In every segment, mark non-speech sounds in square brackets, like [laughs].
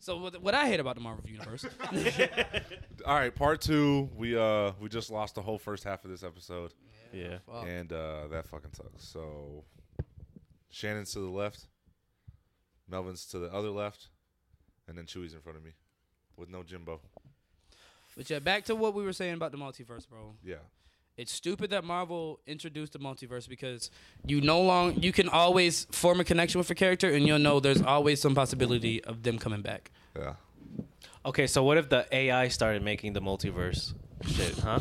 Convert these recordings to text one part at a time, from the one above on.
So what, what I hate about the Marvel universe, All right, part two. We uh we just lost the whole first half of this episode, Yeah. Oh. and uh that fucking sucks. So Shannon's to the left, Melvin's to the other left, and then Chewy's in front of me, with no Jimbo. but yeah, back to what we were saying about the multiverse, bro. Yeah, It's stupid that Marvel introduced the multiverse because you no long you can always form a connection with a character, and you'll know there's always some possibility of them coming back. [laughs] yeah. [laughs] Okay, so what if the AI started making the multiverse shit, huh?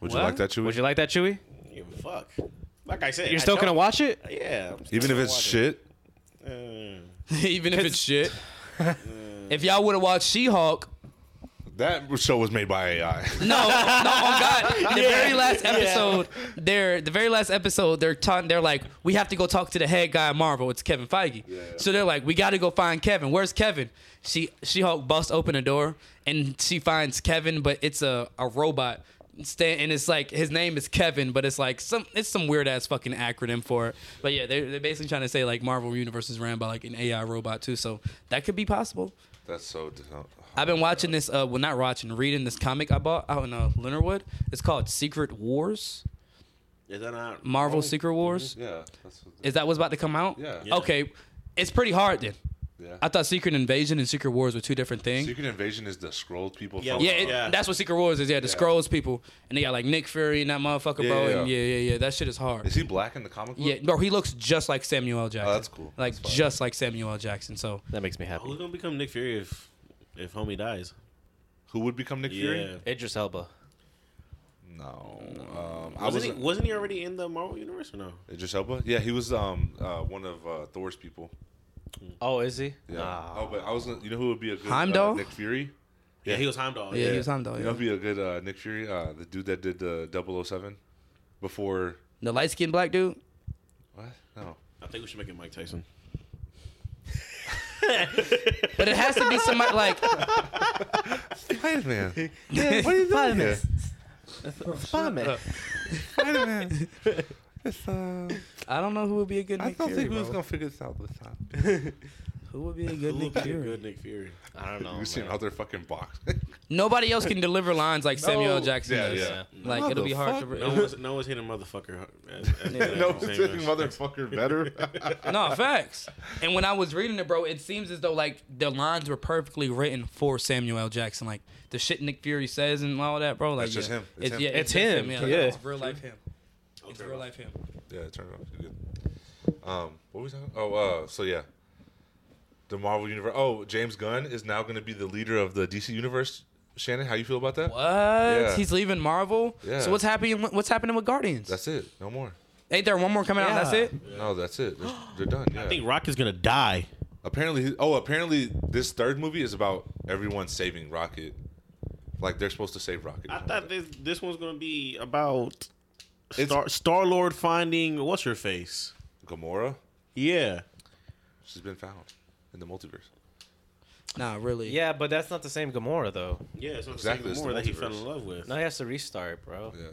Would What? you like that, Chewy? Would you like that, Chewy? don't give a fuck. Like I said, You're still gonna watch it? Yeah. I'm still Even if gonna it's watch it. shit, Mm. Even if it's shit. if y'all would have watched She-Hulk, that show was made by AI. No, no, oh God! The very last episode, they're the very last episode. They're talking. They're like, we have to go talk to the head guy at Marvel. It's Kevin Feige. So they're like, we got to go find Kevin. Where's Kevin? She She Hulk busts open a door and she finds Kevin, but it's a a robot. Sta- And it's like his name is Kevin, but it's like some it's some weird ass fucking acronym for it. But yeah, they're, they're basically trying to say like Marvel Universe is ran by like an AI robot too, so that could be possible. That's so. oh. I've been watching this. Uh, well, not watching, reading this comic I bought out in uh, Leonardwood. It's called Secret Wars, Is that not Marvel Secret Wars. Yeah, that's what Is that what's about to come out? Yeah. Yeah. Okay, it's pretty hard then. yeah. I thought Secret Invasion and Secret Wars were two different things. Secret Invasion is the scrolled people. Yeah, from- yeah, it, Yeah. that's what Secret Wars is. Yeah, the Yeah. Scrolls people, and they got like Nick Fury and that motherfucker, Yeah, bro. yeah, And yeah. yeah, yeah, yeah. That shit is hard. is he black in the comic book? yeah, bro, he looks just like Samuel L. Jackson. Oh, that's cool. Like That's fine. just like Samuel L. Jackson. So That makes me Who's happy. gonna become Nick Fury if if homie dies? Who would become Nick Yeah. Fury? Idris Elba. No. Um, I Wasn't was. he, wasn't he already in the Marvel universe or no? Idris Elba? Yeah, he was um uh, one of uh, Thor's people. Oh, is he? Yeah. Nah. Oh, but I was. Gonna, you know who would be a good Heimdall? Uh, Nick Fury. Yeah, he was Heimdall. yeah, Yeah. he was Oh, on though. You know Yeah. who'd be a good uh, Nick Fury? Uh, the dude that did the 007 before. The light skinned black dude. What? No. I think we should make it Mike Tyson. But it has to be somebody [laughs] like Spider [laughs] Man. what are you doing here? Spider-Man. Spider Man. It's, [laughs] uh, I don't know who would be a good. Nick Fury, bro. figure this out this time. Who would be a good Who would Nick be a Fury? good Nick Fury? I don't know. you seen Oh, man. out there fucking box. [laughs] Nobody else can deliver lines like Samuel L. Jackson Yeah, does. yeah. Like it'll be hard to. [laughs] [laughs] No one's, no one's hitting motherfucker. as- as- as- no, as- as- taking motherfucker better. [laughs] no facts. And when I was reading it, bro, it seems as though like the lines were perfectly written for Samuel L. Jackson. Like the shit Nick Fury says and all that, bro. Like That's just yeah. him. It's him. yeah, It's just him. Yeah, like, Yeah. it's real life him. Okay. It's real life him. Yeah, turn it off. You're good. Um, what were we talking? Oh, uh, so yeah, the Marvel universe. Oh, James Gunn is now going to be the leader of the DC universe. Shannon, how you feel about that? What? Yeah. He's leaving Marvel. Yeah. So what's happening? What's happening with Guardians? That's it. No more. Ain't there one more coming out? and Yeah. That's it. No, that's it. [gasps] They're, they're done. Yeah. I think Rock is gonna die. apparently, oh, apparently, this third movie is about everyone saving Rocket. Like they're supposed to save Rocket. I thought this this one's gonna be about It's- Star Star Lord finding what's her face. Gamora, Yeah, she's been found in the multiverse. Nah, really. Yeah, but that's not the same Gamora though. yeah. It's not Exactly, exactly. it's More the that he multiverse. fell in love with. Now he has to restart, bro. Yeah,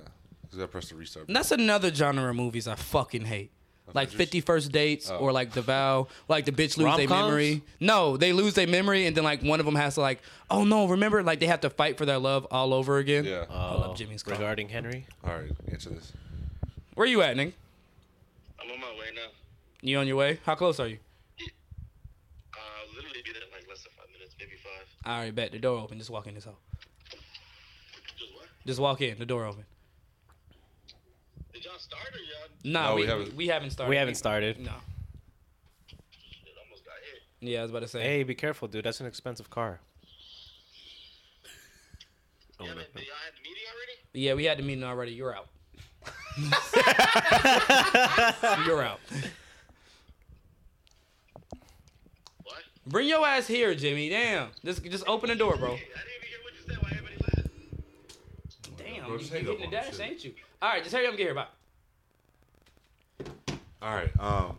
'Cause I pressed the restart. And that's another genre of movies I fucking hate. Like Avengers? Fifty First Dates Oh. or like The Vow. Like the bitch lose their Rom-coms? memory. No, they lose their memory and then like one of them has to like, oh no, remember? Like they have to fight for their love all over again. Yeah. Uh. Oh, love Jimmy's car. regarding Henry. All right, answer this. Where you at, Nick? I'm on my way now. You on your way? How close are you? Uh, literally be there in like less than five minutes, maybe five. I already bet the door open. Just walk in this hole. Just what? Just walk in. The door open. Did y'all start or y'all? Nah, we, No, we we haven't. haven't. We haven't started. We haven't started. No. Shit, almost got hit. Yeah, I was about to say. Hey, be careful, dude. That's an expensive car. Y'all, had- did y'all had the meeting already? Yeah, we had the meeting already. You're [laughs] out. You're out. What? Bring your ass here, Jimmy. Damn. Just just open the door, bro. Hey, I didn't even hear what you said. Why everybody laughed? Damn, Bro, you just you hang hitting up the on dash, shit. ain't you? All right, just hurry up and get here. Bye. All right. Um.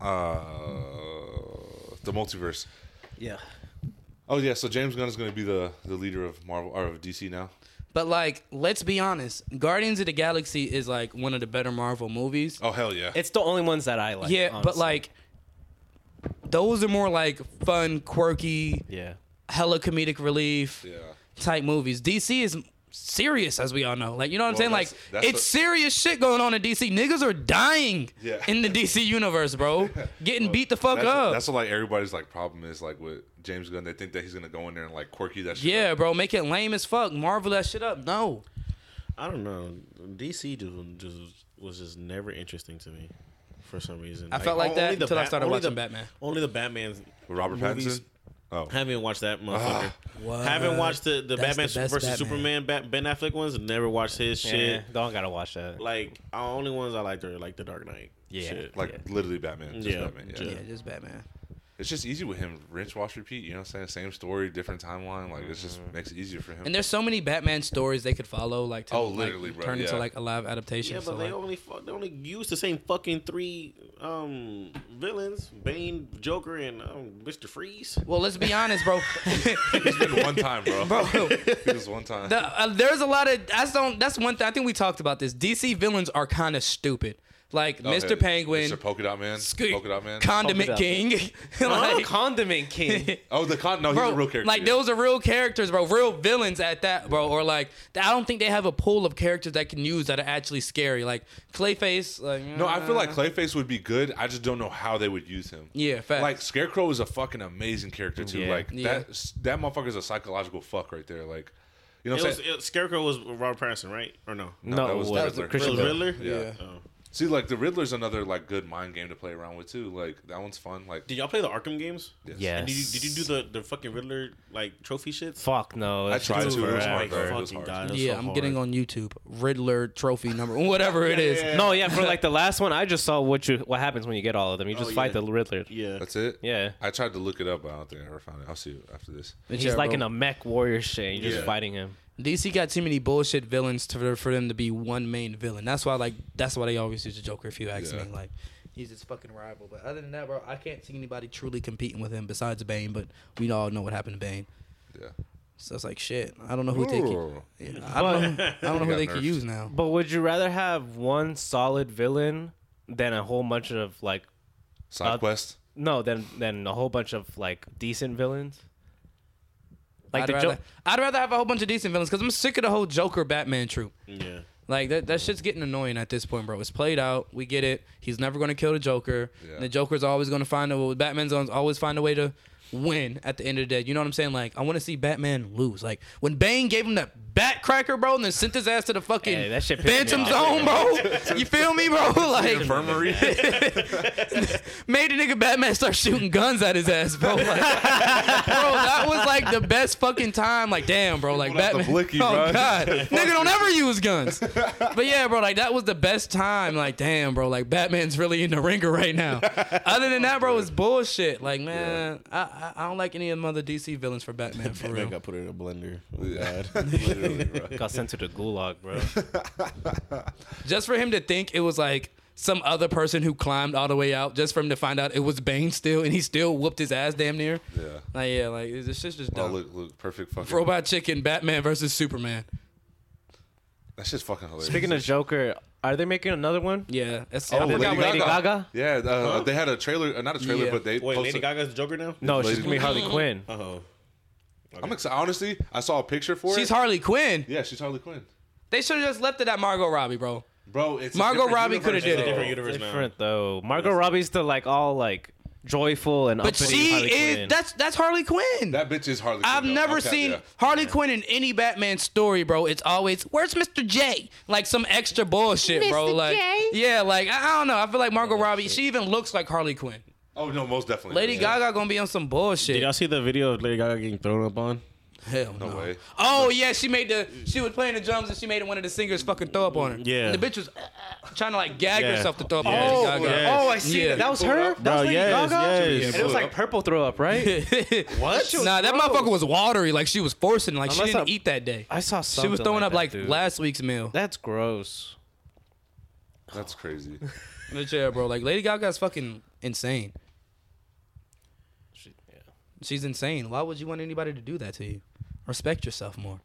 Uh. The multiverse. Yeah. Oh yeah. So James Gunn is going to be the the leader of Marvel or of DC now. But like, let's be honest. Guardians of the Galaxy is like one of the better Marvel movies. Oh hell yeah. It's the only ones that I like. yeah, but honestly. like, those are more like fun, quirky, Yeah. hella comedic relief Yeah. type movies. DC is serious, as we all know. Like you know what I'm Well, saying? Like that's- that's it's what- serious shit going on in DC. Niggas are dying Yeah. [laughs] in the DC universe, bro. Getting beat the fuck That's, up. that's what like everybody's like problem is like with James Gunn. They think that he's gonna go in there and like quirky that shit. yeah, up. bro. Make it lame as fuck. Marvel that shit up. No. I don't know. DC just, just was just never interesting to me for some reason. I felt like only that the until I started only watching the- Batman. Only the Batman's With Robert movies- Pattinson. Oh, Haven't watched that motherfucker. What? Haven't watched the, Ah, uh, the That's Batman the best versus Batman. Superman Bat, Ben Affleck ones. Never watched his shit. Yeah, Eh, don't gotta watch that. [laughs] Like the only ones I liked are like the Dark Knight. Yeah. shit. like literally Batman. Just Yeah. Batman. Yeah. Yeah, just Batman. It's just easy with him. Rinse, wash, repeat. You know what I'm saying? Same story, different timeline. Like it just makes it easier for him. Mm-hmm. And there's so many Batman stories they could follow, like to Oh, like, literally, bro, turn into yeah. like a live adaptation. yeah, so, but they like- only fu- they only use the same fucking three um villains: Bane, Joker, and um, Mister Freeze. well, let's be honest, [laughs] bro. [laughs] Even one time, bro. Bro. it was one time. The, uh, there's a lot of that's don't that's one thing I think we talked about this. DC villains are kind of stupid, like Oh, Mr. yeah, Penguin, Mr. Polka Dot Man, Sque- Polka Dot Man. Condiment Polka Dot. King, [laughs] Oh, like, Condiment [laughs] King. oh, the con. No, he's bro, a real character. like yeah. those are real characters, bro, real villains at that, bro, or like I don't think they have a pool of characters that can use that are actually scary, like Clayface. Like, No, I feel like Clayface would be good. I just don't know how they would use him. Uh. Yeah, facts. Like Scarecrow is a fucking amazing character too. Yeah. Like Yeah. that that motherfucker is a psychological fuck right there. Like, you know It what I'm was, saying? it, Scarecrow was Robert Pattinson, right? Or no? No, that was what? the Riddler. It Christian was Bale. Riddler. Yeah. Oh. See, like the Riddler's another like good mind game to play around with too. Like that one's fun. Like Did y'all play the Arkham games? yes. Yeah. And did you, did you do the, the fucking Riddler like trophy shits? Fuck no. I It's tried to. It was forever. hard. Bro. It was Fucking hard. God, that's yeah, so I'm hard. getting on YouTube Riddler trophy number [laughs] whatever it is. yeah, No, yeah, for [laughs] like the last one, I just saw what you what happens when you get all of them. Oh, You just yeah. fight the Riddler. Yeah. That's it. Yeah. I tried to look it up, but I don't think I ever found it. I'll see you after this. But He's yeah, like bro. in a mech warrior shit. You're just Yeah. fighting him. DC got too many bullshit villains to, for them to be one main villain. That's why, like, that's why they always use the Joker. If you ask Yeah. me, like, he's his fucking rival. But other than that, bro, I can't see anybody truly competing with him besides Bane. But we all know what happened to Bane, Yeah. so it's like shit. I don't know who they can. Ooh. Yeah, I don't know. I don't know [laughs] He who got they could nerfed. use now. But would you rather have one solid villain than a whole bunch of like Side Uh, quest. no than than a whole bunch of like decent villains? Like I'd the rather, jo- I'd rather have a whole bunch of decent villains because I'm sick of the whole Joker Batman troop. Yeah. Like that, that shit's getting annoying at this point, bro. It's played out. We get it. He's never going to kill the Joker. Yeah. And The Joker's always going to find a well, Batman's gonna always find a way to win at the end of the day. You know what I'm saying? Like I want to see Batman lose. Like when Bane gave him that bat cracker, bro, and then sent his ass to the fucking Hey, that shit pissed me Phantom off. Zone, [laughs] bro. you feel me, bro? [laughs] Like [laughs] Infirmary. made the nigga Batman start shooting guns at his ass, bro. [laughs] Like, bro, that was like the best fucking time. Like, damn, bro. Like Pulled out the Batman. blicky, [laughs] oh bro. [laughs] god, nigga don't ever use guns. But yeah, bro. Like that was the best time. Like, damn, bro. Like Batman's really in the ringer right now. Other than that, bro, it's bullshit. Like, man, I, I I don't like any of them other DC villains for [laughs] Batman for Batman real. got put in a blender. Yeah. Literally, bro. got sent to the gulag, [laughs] bro. Just for him to think it was like. Some other person who climbed all the way out just for him to find out it was Bane still, and he still whooped his ass damn near. Yeah. Like yeah, like it's- this shit's just Oh, dumb. look, look, perfect fucking. Robot Chicken, Batman versus Superman. That shit's fucking hilarious. Speaking of Joker, are they making another one? Yeah, that's Oh, I forgot Lady, what- Lady Gaga? Yeah, uh, they had a trailer, uh, not a trailer, Yeah. but they Wait, posted. Lady Gaga's the Joker now? No, she's Lady- gonna [laughs] be Harley Quinn. Oh. I'm excited. Honestly, I saw a picture for She's it. Harley Quinn. Yeah, she's Harley Quinn, They should have just left it at Margot Robbie, bro. bro. It's a Margot different Robbie universe, coulda did bro. it. Different universe now. Different though. Margot Robbie's the like all like joyful and But uppity she Harley is Quinn. that's that's Harley Quinn. That bitch is Harley. I've Quinn, though. never Okay, seen yeah. Harley Quinn in any Batman story, bro. It's always where's Mr. J? Like some extra bullshit, bro. Mr. Like J? yeah, like I, I don't know. I feel like Margot Robbie. She even looks like Harley Quinn. Oh no, most definitely. Lady Yeah. Gaga gonna be on some bullshit. Did y'all see the video of Lady Gaga getting thrown up on? Hell no. No way. Oh yeah, she made the she was playing the drums and she made one of the singers fucking throw up on her. Yeah. and the bitch was uh, uh, trying to like gag Yeah. herself to throw up Yeah. on Oh, Lady Gaga. yeah. oh, I see. Yeah. That was her. That was Lady yes, Gaga. yes. And it was like purple throw up, right? [laughs] what? Nah, that motherfucker was watery. Like she was forcing. Like she Unless didn't I- eat that day. I saw something. She was throwing up that, like dude. last week's meal. [laughs] That's gross. That's crazy. But yeah, bro. Like Lady Gaga's fucking insane. She- yeah. She's insane. Why would you want anybody to do that to you? Respect yourself more.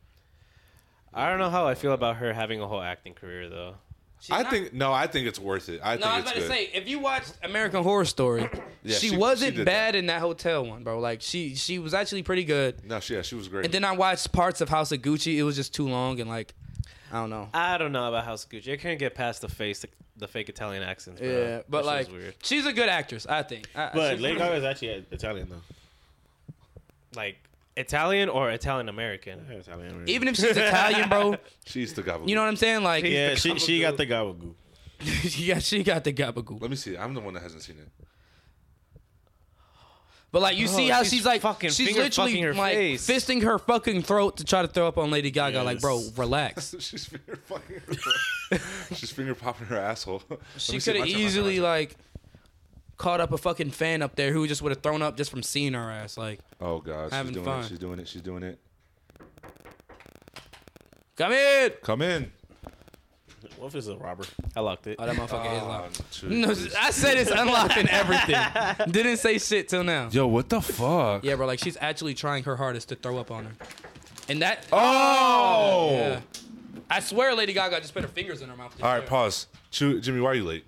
I don't know how I feel about her having a whole acting career though. She's I not- think no, I think it's worth it. I No, I was about think it's to good. say if you watched American Horror Story, Yeah, she, she- wasn't she did bad in that hotel one, bro. Like she she was actually pretty good. No, she, yeah, she was great. And then I watched parts of House of Gucci. It was just too long and like I don't know. I don't know about House of Gucci. I can't get past the face, the fake Italian accents. Bro. yeah, but That shit like was weird. she's a good actress, I think. I, But she's Lady pretty- Gaga is actually Italian though. like Italian or Italian American. Her Italian. [laughs] right? even if she's Italian, bro, She's the goblin. you know what I'm saying? Like yeah, she Gaga she got dude. the gabagoo. yeah, [laughs] she got the gabagool. Let me see. I'm the one that hasn't seen it. [laughs] But like you Bro, see how she's, she's like fucking she's finger literally fucking her like face. fisting her fucking throat to try to throw up on Lady Gaga. Like, bro, Yes. relax. She's finger fucking. [laughs] She's finger popping her asshole. [laughs] Let She me see. could My have turn, my turn, my easily turn. like caught up a fucking fan up there who just would have thrown up just from seeing her ass. Like, Oh god, she's having doing fun. it. She's doing it. She's doing it. come in. Come in. What if it's a robber? I locked it. Oh, that motherfucker is locked. shoot. [laughs] No, I said it's unlocking [laughs] everything. Didn't say shit till now. Yo, what the fuck? Yeah, bro. Like she's actually trying her hardest to throw up on her, and that. Oh. Yeah. I swear, Lady Gaga just put her fingers in her mouth. All right, pause. Chew, Jimmy, why are you late?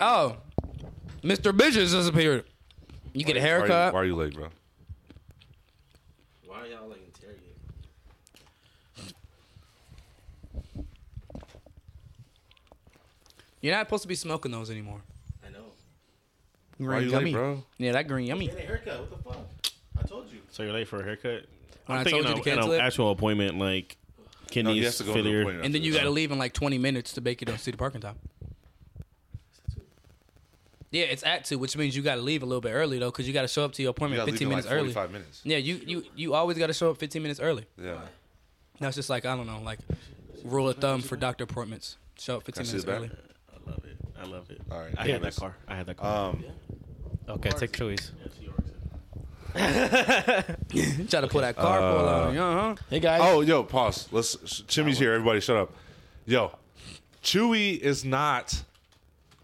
Oh, Mr. Bitches disappeared. You get a Why are you, haircut. why are you late, bro? Why are y'all like interrogating? You're not supposed to be smoking those anymore. I know. Why are you late, bro? Yeah, that green yummy. Get a haircut. What the fuck? I told you. So you're late for a haircut. When I I'm told thinking you to of cancel an it. actual appointment like No, he kidneys has to go to the failure. appointment And then after you this. gotta leave in like 20 minutes to make it up to the parking time. Yeah, it's at two, which means you gotta leave a little bit early though, because you gotta show up to your You appointment gotta leave 15 in minutes like early. 45 minutes. Yeah, you you you always gotta show up 15 minutes early. Yeah. That's just like I don't know, like rule of thumb for doctor appointments. Show up 15 Can I minutes see the early. back? I love it. I love it. All right. I had that anyways. car. I had that Uh, car. Um, Okay, take Chewy's. Try to pull that carpool out. on you, Uh huh. Hey guys. oh, yo, pause. Let's. sh- Jimmy's here. Everybody, shut up. Yo, Chewy is not.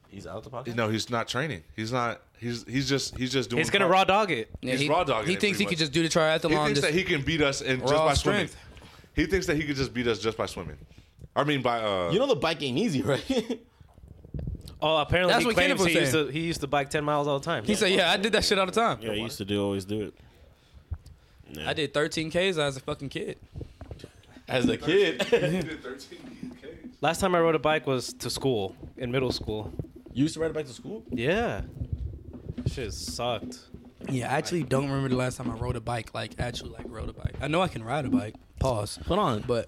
He's out the podcast. No, he's not training. He's not. He's he's just he's just doing. He's gonna car- raw dog it. Yeah, He's he, raw dogging He it thinks pretty he could just much. do the triathlon. He thinks just, that he can beat us and just Raw by strength. swimming. He thinks that he could just beat us just by swimming. I mean by uh. You know the bike ain't easy, right? Oh, apparently That's he what claims Kenneth was he used, saying. to, he used to bike ten miles all the time. he said, "Yeah, I did that shit all the time. yeah, I used to do always do it. I did 13 Ks as a fucking kid." As a [laughs] kid, Last time I rode a bike was to school in middle school. you used to ride a bike to school. Yeah, shit sucked. Yeah, I actually don't remember the last time I rode a bike. Like actually, like rode a bike. I know I can ride a bike. Pause. Put on. [laughs] But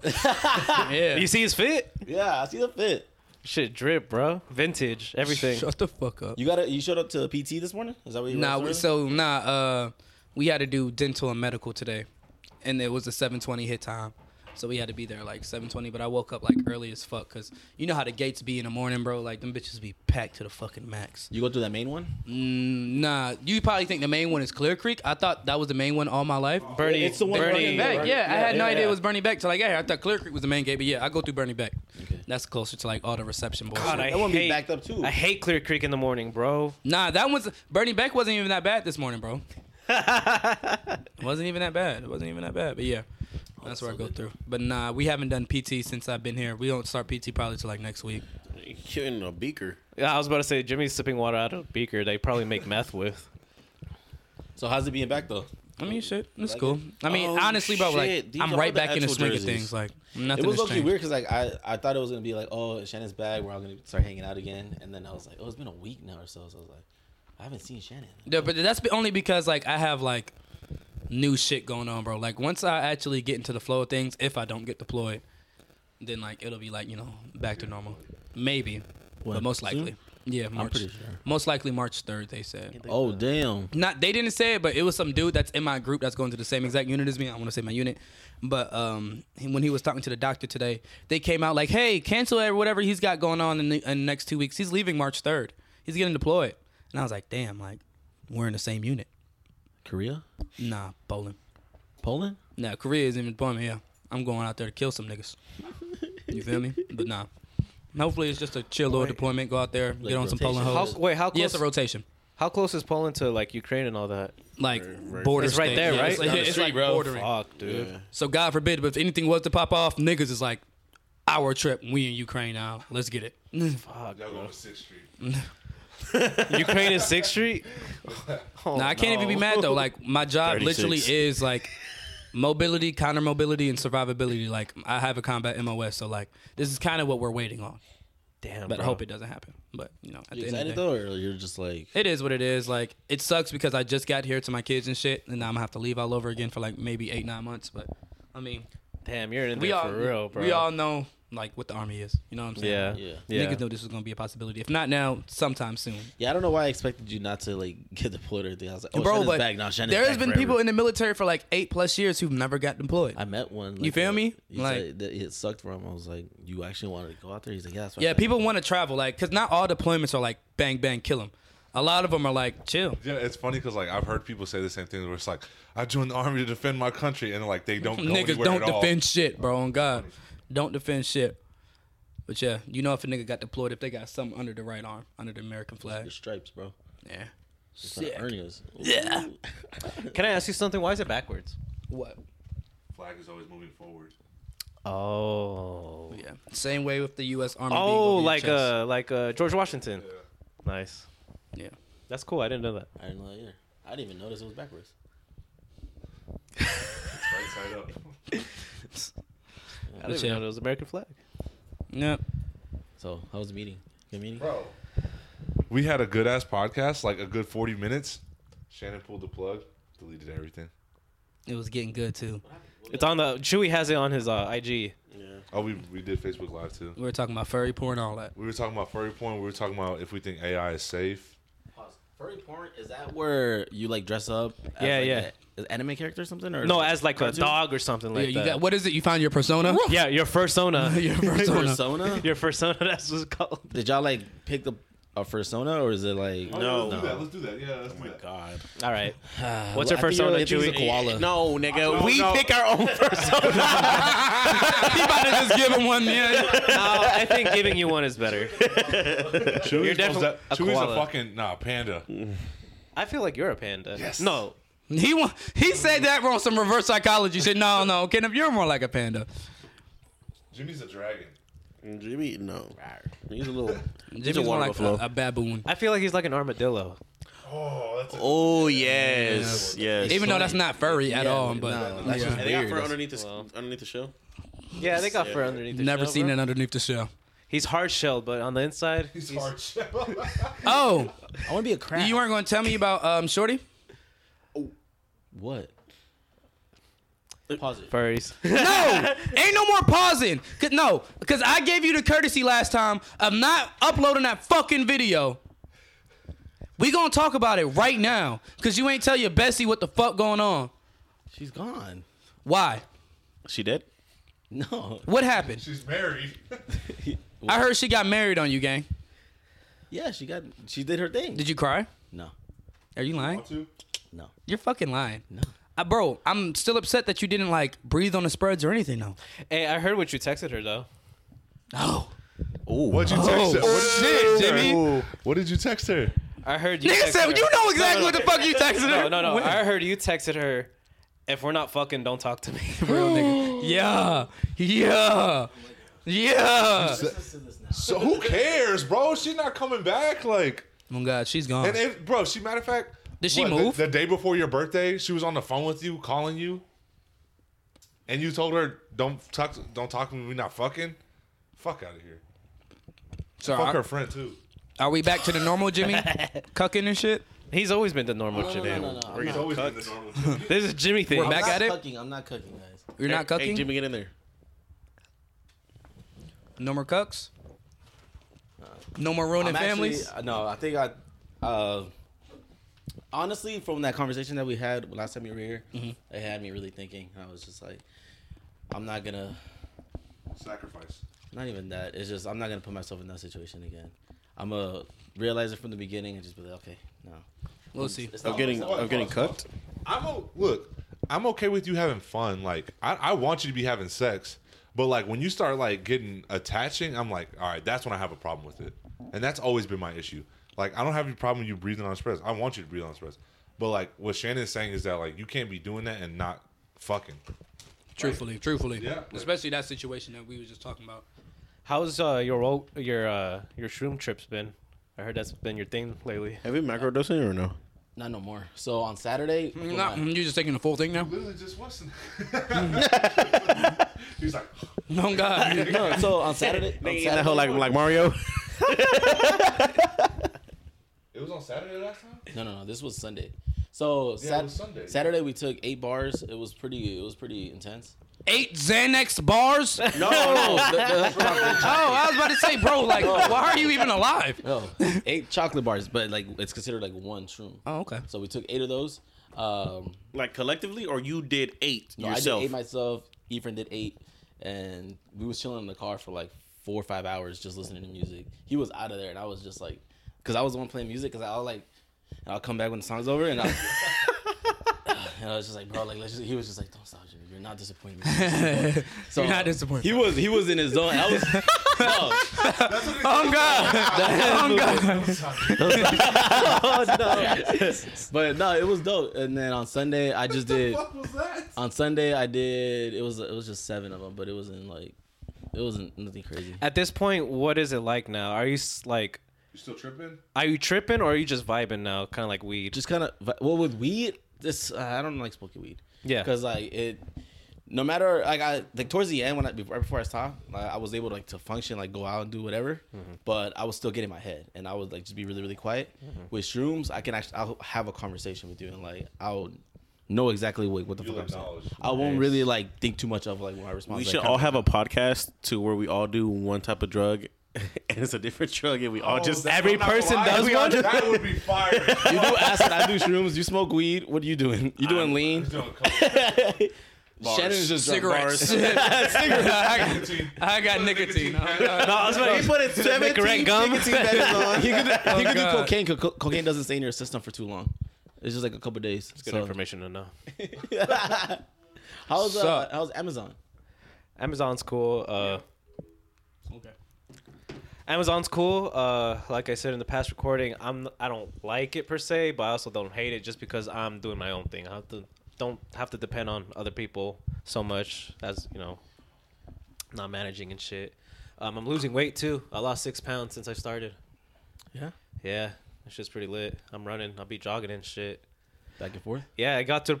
yeah, You see his fit? Yeah, I see the fit. Shit drip, bro. Vintage, everything. shut the fuck up. You got to You showed up to PT this morning. Is that what you? Nah, were we, so saying? nah. Uh, we had to do dental and medical today, and it was a 7:20 hit time, so we had to be there like 7:20. But I woke up like early as fuck, cause you know how the gates be in the morning, bro. Like them bitches be packed to the fucking max. you go through that main one. Mm, nah, you probably think the main one is Clear Creek. I thought that was the main one all my life. Bernie, It's the one Bernie, Bernie running back. Beck, yeah, I had no yeah, idea yeah. it was Bernie Beck till like, yeah, I thought Clear Creek was the main gate, but yeah, I go through Bernie Beck. Okay. That's closer to like all the reception boys. God, I That one be hate, backed up, too. I hate Clear Creek in the morning, bro. Nah, that one's Bernie Beck wasn't even that bad this morning, bro. it wasn't even that bad. It wasn't even that bad. But yeah, that's where I go through. But nah, we haven't done PT since I've been here. We don't start PT probably till like next week. You're killing a beaker. Yeah, I was about to say Jimmy's sipping water out of a beaker. They probably make meth with. So how's it being back though? I mean, shit, it's Like cool. I mean, Oh, honestly, bro, like shit. These I'm are right the back in the actual swing of jerseys. things. Like nothing it was has looking changed. weird because like I, I thought it was gonna be like oh Shannon's back we're all gonna start hanging out again and then I was like oh it's been a week now or so so I was like I haven't seen Shannon. Yeah, but that's be- only because like I have like new shit going on, bro. Like once I actually get into the flow of things, if I don't get deployed, then like it'll be like you know back to normal, maybe, but most likely, yeah, March. pretty sure. Most likely March third, they said. Oh damn! Not they didn't say it, but it was some dude that's in my group that's going to the same exact unit as me. I want to say my unit, but um, he- when he was talking to the doctor today, they came out like, "Hey, cancel it, whatever he's got going on in the, in the next two weeks. He's leaving March third. He's getting deployed." And I was like, "Damn, like we're in the same unit." Korea, Nah, Poland. Poland. Nah, Korea isn't even bombing. Yeah, I'm going out there to kill some niggas. You feel me? But nah. Hopefully it's just a chill little deployment. Go out there, get on some rotation. Poland How, hoes. wait, how yeah, close? it's a rotation. how close is Poland to like Ukraine and all that? Like right. border. It's right state. there, Yeah, right? It's, like- Down the it's street, like bro. bordering. Fuck, dude. So God forbid, but if anything was to pop off, niggas is like our trip. We in Ukraine now. Let's get it. Fuck. Y'all going to Sixth Street. Ukraine is Sixth Street. [laughs] Oh, Nah, I can't even be no. mad though. Like my job 36. literally is like mobility, counter mobility, and survivability. Like I have a combat MOS, so like this is kind of what we're waiting on. Damn, But I bro. hope it doesn't happen. But you know, at You the end excited of the day, though, or you're just like it is what it is. Like it sucks because I just got here to my kids and shit, and now I'm gonna have to leave all over again for like maybe eight nine months. But I mean, Damn, you're in we there all for real, bro. we all know like what the army is. You know what I'm saying? Yeah. Yeah. Yeah. Niggas knew this was gonna be a possibility. If not now, sometime soon. yeah? I don't know why I expected you not to like [laughs] get deployed or anything. I was like, oh, Bro, Shannon's but back now. Shannon's there's back been forever. people in the military for like eight plus years who've never got deployed. I met one. Like, feel that- me? He's Like- like, that it sucked for him. I was like, you actually wanted to go out there? He's like, yeah, that's what I Yeah, said. people want to travel, like, cause not all deployments are like bang bang kill them. A lot of them are like chill. Yeah, it's funny because like I've heard people say the same thing. Where it's like, I joined the army to defend my country, and [laughs] like they don't go Niggas anywhere don't at all. defend shit, bro. On God, don't defend shit. But yeah, you know if a nigga got deployed, if they got something under the right arm, under the American Your flag, stripes, bro. yeah. It's like Sick. Ernie's. Yeah. Can I ask you something? Why is it backwards? What? Flag is always moving forward. Oh. Yeah. Same way with the U.S. Army. being Oh, over your like chest. uh, like uh, George Washington. Nice. Yeah. That's cool. I didn't know that. I didn't know that either. I didn't even notice it was backwards. Right side up. I didn't yeah. even know it was American flag. Yeah. So how was the meeting? Good meeting. Bro, [laughs] we had a good ass podcast, like a good forty minutes. Shannon pulled the plug, deleted everything. It was getting good too. It's on the Chewy has it on his uh, IG. Oh, we we did Facebook Live too. We were talking about furry porn, and all that. We were talking about furry porn. We were talking about if we think AI is safe. Pause. Furry porn is that where you like dress up? As, Yeah, like, yeah. a- an anime character or something? Or No, as like a cartoon? dog or something like yeah, you that. got what is it? You found your persona? yeah, your persona. [laughs] your persona. persona. your persona. [laughs] That's what's called. Did y'all like pick the a persona or is it like? No. Oh, let's do that. Let's do that. Yeah, let's do that. God. [sighs] All [sighs] right. What's your Well, I think you're persona, right. I think Chewy? it's a koala. No, nigga, No, we no. pick our own [laughs] he about to just give him one. Yeah. [laughs] No, I think giving you one is better. Chewy's, You're most definitely de- a Chewy's a koala. fucking nah panda. [laughs] I feel like you're a panda. Yes. No. He wa- he said that on some reverse psychology shit. No, no, Kenneth, you're more like a panda. Jimmy's a dragon. Jimmy, no. He's a little. Jimmy's a more water like a, buffalo. a baboon. I feel like he's like an armadillo. Oh, that's [laughs] a Oh yes, yes. Even though that's not furry at Yeah, all, no, but that's yeah. just And they got Weird. fur underneath the Well. underneath the shell. Yeah, they got Yeah. fur underneath. the never shell, seen bro. it underneath the shell. He's hard shelled, but on the inside, he's hard Oh, I want to be a crab. you weren't going to tell me about um Shorty? what? Uh, Pause it. furries. No, [laughs] ain't no more pausing. Cause, no, because I gave you the courtesy last time of not uploading that fucking video. We gonna talk about it right now, cause you ain't tell your Bessie what the fuck going on. She's gone. Why? She dead? No. What happened? [laughs] She's married. [laughs] I heard she got married on you, gang. Yeah, she got. She did her thing. Did you cry? No. Are you lying? No. You're fucking lying. No. Uh, bro, I'm still upset that you didn't like breathe on the spreads or anything though. [laughs] hey, I heard what you texted her though. Oh. What'd you text her? What did you shit, text her? Jimmy. What did you text her? I heard you. Nigga texted said her. you know exactly what the fuck you texted No, her. no, no. When? I heard you texted her. If we're not fucking, don't talk to me. [laughs] [laughs] Real nigga. Yeah. Yeah. Yeah. So who cares, bro? She's not coming back. Like, Oh god, she's gone. and if, bro, she matter of fact, Did she what, move? The, the day before your birthday? She was on the phone with you, calling you, and you told her, "Don't talk, don't talk to me. We not fucking. Fuck out of here. so Fuck are, her friend too." are we back to the normal [laughs] Jimmy? Cucking and shit? He's always been the normal No, no, Jimmy. no, no, no. I'm He's not- always been the normal. Jimmy. This is Jimmy thing. We're back I'm at not it? Cooking. I'm not cooking, guys. You're not Hey, cucking? Jimmy, get in there. No more cucks? No more ruining I'm actually- families? uh, no, I think I. Uh, honestly, from that conversation that we had last time you were here, it had me really thinking. I was just like, I'm not gonna. Sacrifice. Not even that. It's just I'm not gonna put myself in that situation again. I'm gonna realize it from the beginning and just be like, okay, no. We'll see. It's Of not- getting it's not- of getting cooked. I'm o- look. I'm okay with you having fun. Like I, I want you to be having sex, but like when you start like getting attaching, I'm like, all right, that's when I have a problem with it, and that's always been my issue. Like I don't have any problem with you breathing on spreads. I want you to breathe on spreads, but like what Shannon's saying is that like you can't be doing that and not fucking. Truthfully, truthfully. Yeah, like- Especially that situation that we were just talking about. How's uh, your ro- your uh, your shroom trips been? I heard that's been your thing lately. Have you microdosing or no? Not no more. So on [laughs] Saturday, I You're, put not, my- you're just taking the full thing now. [laughs] Literally just [laughs] wasn't. He's like, Oh [laughs] God. no, so on [laughs] Saturday, on Saturday, that whole like like Mario. [laughs] it was on Saturday last time. No, no, no. This was Sunday. So Yeah, it Sat- was Sunday. Saturday we took eight bars. It was pretty. It was pretty intense. Eight Xanax bars. Oh, No, no, no, the- [laughs] the- I was about to say, bro. Like, why are you even alive? Oh. no, eight chocolate bars, but like it's considered like one shroom. Oh, okay. So we took eight of those. Um, like collectively, or you did eight no, yourself. I did eight myself. Ephraim did eight, and we was chilling in the car for like four or five hours just listening to music. He was out of there, and I was just like, because I was the one playing music, because I was like, and I'll [laughs] come back when the song's [laughs] over, and I. And I was just like, bro, like, let's just, he was just like, don't stop, Jimmy. You're not disappointing me. [laughs] So, you're not disappointed. He was he was in his zone. I was [laughs] no, oh God. [laughs] [laughs] oh God. but no, it was dope. And then on Sunday I just did. On Sunday I did. It was it was just seven of them, but it wasn't like it wasn't nothing crazy. At this point, what is it like now? Are you s- like, You still tripping? are you tripping or are you just vibing now? Kind of like weed. Just kind of well with weed. This uh, I don't like smoking weed. Yeah. because like it. No matter like I like towards the end when I be- right before I stopped, like, I was able to, like to function, like go out and do whatever, but I was still getting my head, and I would like just be really really quiet. With shrooms, I can actually I'll have a conversation with you, and like I'll know exactly what, what the You'll fuck I'm saying. acknowledge. I won't really like think too much of like when I respond. we like, should all have a podcast to where we all do one type of drug, [laughs] and it's a different drug, and we Oh, all just every person does one? That would be [laughs] fire. You do acid, I do shrooms. You smoke weed. What are you doing? You doing lean? [laughs] Shannon's just [laughs] [laughs] drunk Cigarettes. [laughs] bars. I [laughs] got- I got nicotine. no, I was about to put it Cigarette gum. [laughs] he [laughs] could, he could do Oh, God. cocaine. co- co- cocaine doesn't stay in your system for too long. It's just like a couple days. Good So- information to know. How's uh, Suck. how's Amazon? Amazon's cool. Uh, Okay. Amazon's cool. Uh, like I said in the past recording, I'm I don't like it per se, but I also don't hate it just because I'm doing my own thing. I have to don't have to depend on other people so much as you know, not managing and shit. Um, I'm losing weight too. I lost six pounds since I started. Yeah. Yeah, it's just pretty lit. I'm running. I'll be jogging and shit. Back and forth. Yeah, I got to.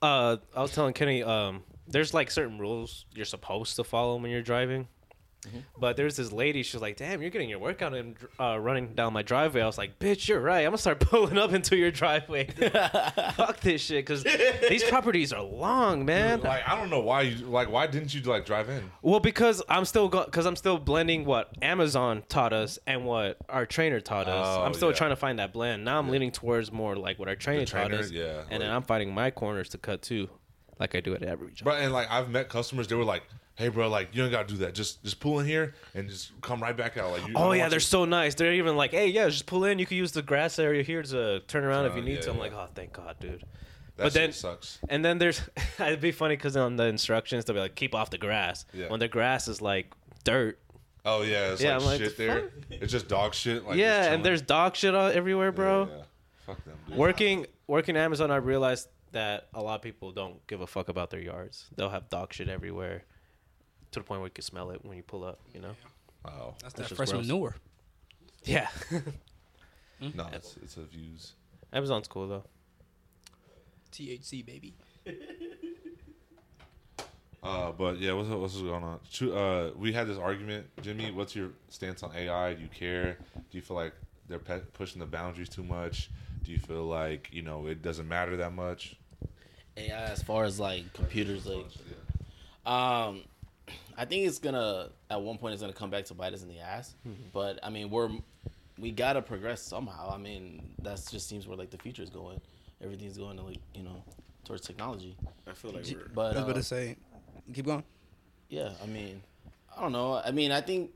Uh, I was telling Kenny, um, there's like certain rules you're supposed to follow when you're driving. But there's this lady. She was like, "Damn, you're getting your workout and uh, running down my driveway." I was like, "Bitch, you're right. I'm gonna start [laughs] pulling up into your driveway. [laughs] Fuck this shit, because these properties are long, man. Like I don't know why you like why didn't you like drive in? Well, because I'm still because I'm still blending what Amazon taught us and what our trainer taught us. Oh, I'm still yeah. trying to find that blend. Now I'm leaning towards more like what our trainer, taught trainer, us. yeah, and then like- I'm finding my corners to cut too, like I do at every job. Bro, and like I've met customers, they were like, "Hey, bro, like you don't gotta do that. Just just pull in here and just come right back out." Like, you, I Oh don't yeah, want they're you- so nice. They're even like, hey, yeah, just pull in. You can use the grass area here to turn around if you around, need yeah, to. I'm yeah. like, oh, thank God, dude. That but shit then sucks. And then there's, [laughs] it'd be funny because on the instructions they'll be like, keep off the grass. Yeah. When the grass is like dirt. Oh yeah, it's Yeah, like, I'm like, shit there. It's just dog shit. Like just yeah, chilling. and there's dog shit all, everywhere, bro. Yeah, yeah. Fuck them, dude. Working working Amazon, I realized that a lot of people don't give a fuck about their yards. They'll have dog shit everywhere, to the point where you can smell it when you pull up. You know. Wow. That's that fresh manure. Yeah. No, it's it's a views. [laughs] Amazon's cool though. THC baby. Uh, but yeah, what's what's going on? Chu- Uh, we had this argument, Jimmy. What's your stance on AI? Do you care? Do you feel like they're pe- pushing the boundaries too much? Do you feel like you know it doesn't matter that much? AI as far as like computers, like um, I think it's gonna at one point it's gonna come back to bite us in the ass. But I mean, we're we gotta progress somehow. I mean, that just seems where like the future is going. Everything's going to like you know towards technology. I feel like we're But uh, say. Keep going. Yeah, I mean, I don't know. I mean, I think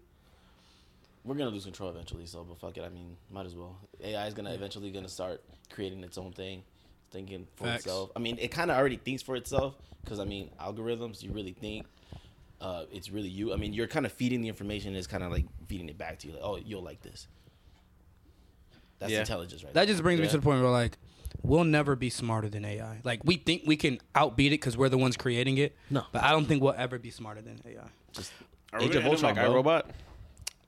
we're gonna lose control eventually. So, but fuck it. I mean, might as well. AI is gonna eventually gonna start creating its own thing, thinking for Facts. itself. I mean, it kind of already thinks for itself because I mean, algorithms. You really think uh, it's really you. I mean, you're kind of feeding the information. It's kind of like feeding it back to you. Like, oh, you'll like this. That's Yeah. intelligence, right? That there. just brings me Yeah. to the point where like we'll never be smarter than AI. Like we think we can outbeat it because we're the ones creating it. No. but I don't think we'll ever be smarter than AI. just Are Age we of gonna end up Ultron, like bro. iRobot?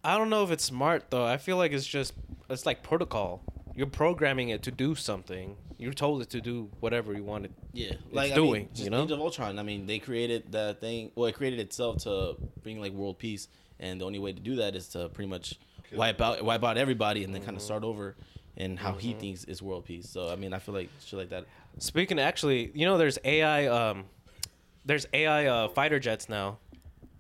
I don't know if it's smart though. I feel like it's just it's like protocol. You're programming it to do something. You're told it to do whatever you want it. Yeah, like I doing, mean, just you know? Age of Ultron. I mean, they created that thing. Well, it created itself to bring like world peace, and the only way to do that is to pretty much wipe out wipe out everybody, and then kind of Mm-hmm. start over. And how he thinks is world peace. So I mean, I feel like shit like that. Speaking of actually, you know, there's AI. Um, there's AI uh, fighter jets now.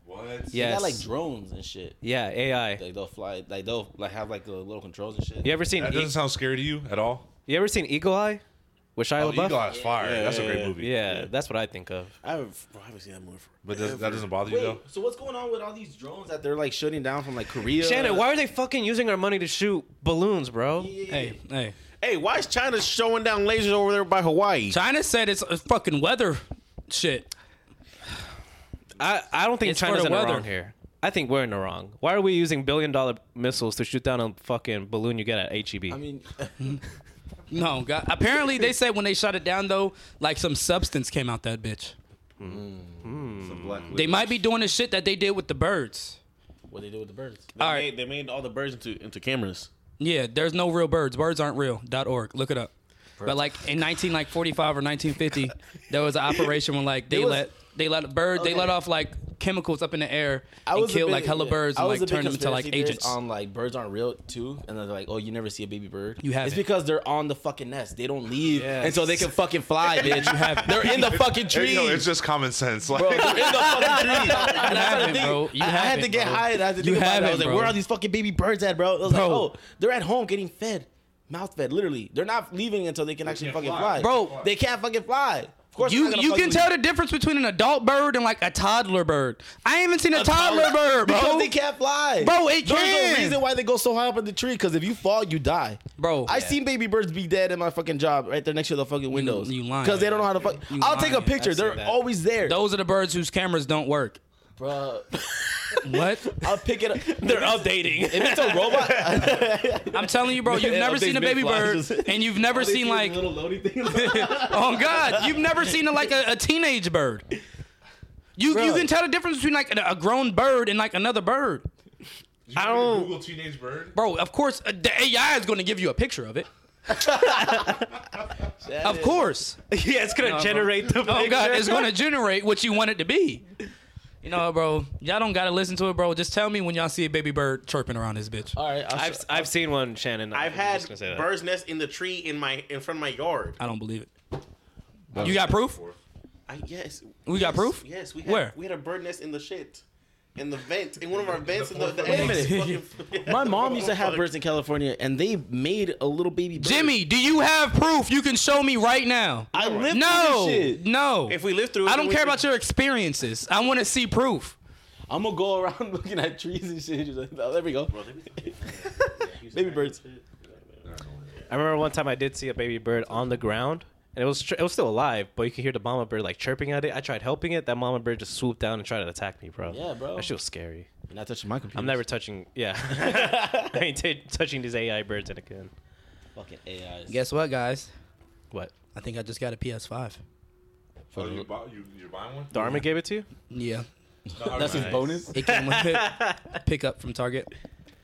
What? Yeah. They Yes. got like drones and shit. Yeah, AI. Like they'll fly. Like they'll like have like the little controls and shit. You ever seen? That E- doesn't sound scary to you at all. you ever seen Eagle Eye? With Shia Oh, LaBeouf. Eagle Eye's fire. Yeah, That's a yeah, great yeah. movie. Yeah, that's what I think of. I haven't, bro, I haven't seen that movie. For But does, that doesn't bother you Wait, though. so what's going on with all these drones that they're like shutting down from like Korea? Shannon, why are they fucking using our money to shoot balloons, bro? Hey, hey. Hey, why is China showing down lasers over there by Hawaii? China said it's a fucking weather shit. I, I don't think It's for China's the in the weather. wrong here. I think we're in the wrong. Why are we using billion dollar missiles to shoot down a fucking balloon you get at E HEB? I mean, [laughs] Mm-hmm. No, God. apparently they said when they shot it down though, like some substance came out that bitch. They might be doing the shit that they did with the birds. what they do with the birds? They, All made, right. they made all the birds into, into cameras. Yeah, there's no real birds. Birds aren't real. Dot org. Look it up. But like in 19 like 45 or [laughs] 1950, there was an operation when like they was- let they let a bird they let Okay. off like chemicals up in the air I and was a killed big- like hella yeah. birds I and was like a big turned them into like conspiracy theorist Um, agents. on like birds aren't real too, and they're like, oh, you never see a baby bird. You have. It's haven't. because they're on the fucking nest. They don't leave Yes. until they can [laughs] fucking fly, bitch. you have. They're in the fucking Hey, trees. yo, it's just common sense. Like, Bro, they're in [laughs] the fucking trees. And I started haven't, thinking- bro. You I, I had to haven't, get bro. high and I had to You think about it. I haven't, was like, bro. where are these fucking baby birds at, bro? I was like, Bro. oh, they're at home getting fed, mouth fed, literally. They're not leaving until they can actually fucking fly. Bro. They can't fucking fly. Of course, You you can tell the difference between an adult bird and like a toddler bird. I ain't even seen a, toddler, bird, bro. [laughs] Because they can't fly. Bro, it There's can. no reason why they go so high up in the tree. Because if you fall, you die. Bro. I Yeah. seen baby birds be dead in my fucking job right there next to the fucking windows. you lying. Because they don't know how to fuck. You I'll take a lying. picture. I've seen They're that. always there. Those are the birds whose cameras don't work. Bro, What? [laughs] I'll pick it up. They're updating. If it's a robot, I'm telling you, bro, you've Yeah, never updates seen a baby mid-flies. bird, [laughs] and you've never seen like, [laughs] oh god, you've never seen like a, a teenage bird. You you Bro. can tell the difference between like a, a grown bird and like another bird, I don't- Google teenage bird. bro. Of course, uh, the AI is going to give you a picture [laughs] of it. of course, yeah, it's Uh-huh. gonna generate the. oh picture. god, it's going to generate what you want it to [laughs] be. You know, bro, y'all don't gotta listen to it, bro. Just tell me when y'all see a baby bird chirping around this bitch. all right. I'll I've show- I've seen one, Shannon. I've I'm had just gonna say that. birds nest in the tree in my in front of my yard. I don't believe it. You got proof? I, yes. We got Yes, proof? Yes, we had, Where? we had a bird nest in the shit. In the vent, in one [laughs] of our vents, in the, the Wait a eggs minute. fucking- my mom used to have birds in California, and they made a little baby bird. Jimmy, do you have proof you can show me right now? I lived no. No, no. If we live through it, I then don't we care can- about your experiences. I want to see proof. I'm gonna go around [laughs] looking at trees and shit. Just like, oh, there we go. [laughs] baby birds. I remember one time I did see a baby bird on the ground, and it was tr- it was still alive, but you could hear the mama bird like chirping at it. I tried helping it. That mama bird just swooped down and tried to attack me, bro. Yeah, bro. That shit was scary. You're not touching my computer. I'm never touching. Yeah, [laughs] [laughs] I ain't t- touching these AI birds in again. fucking AIs. Guess what, guys? What? I think I just got a PS5. Oh, you bought, you, you're buying one? Dharma gave it to you? Yeah, No, That's his nice. bonus. it came with it. [laughs] Pick up from Target.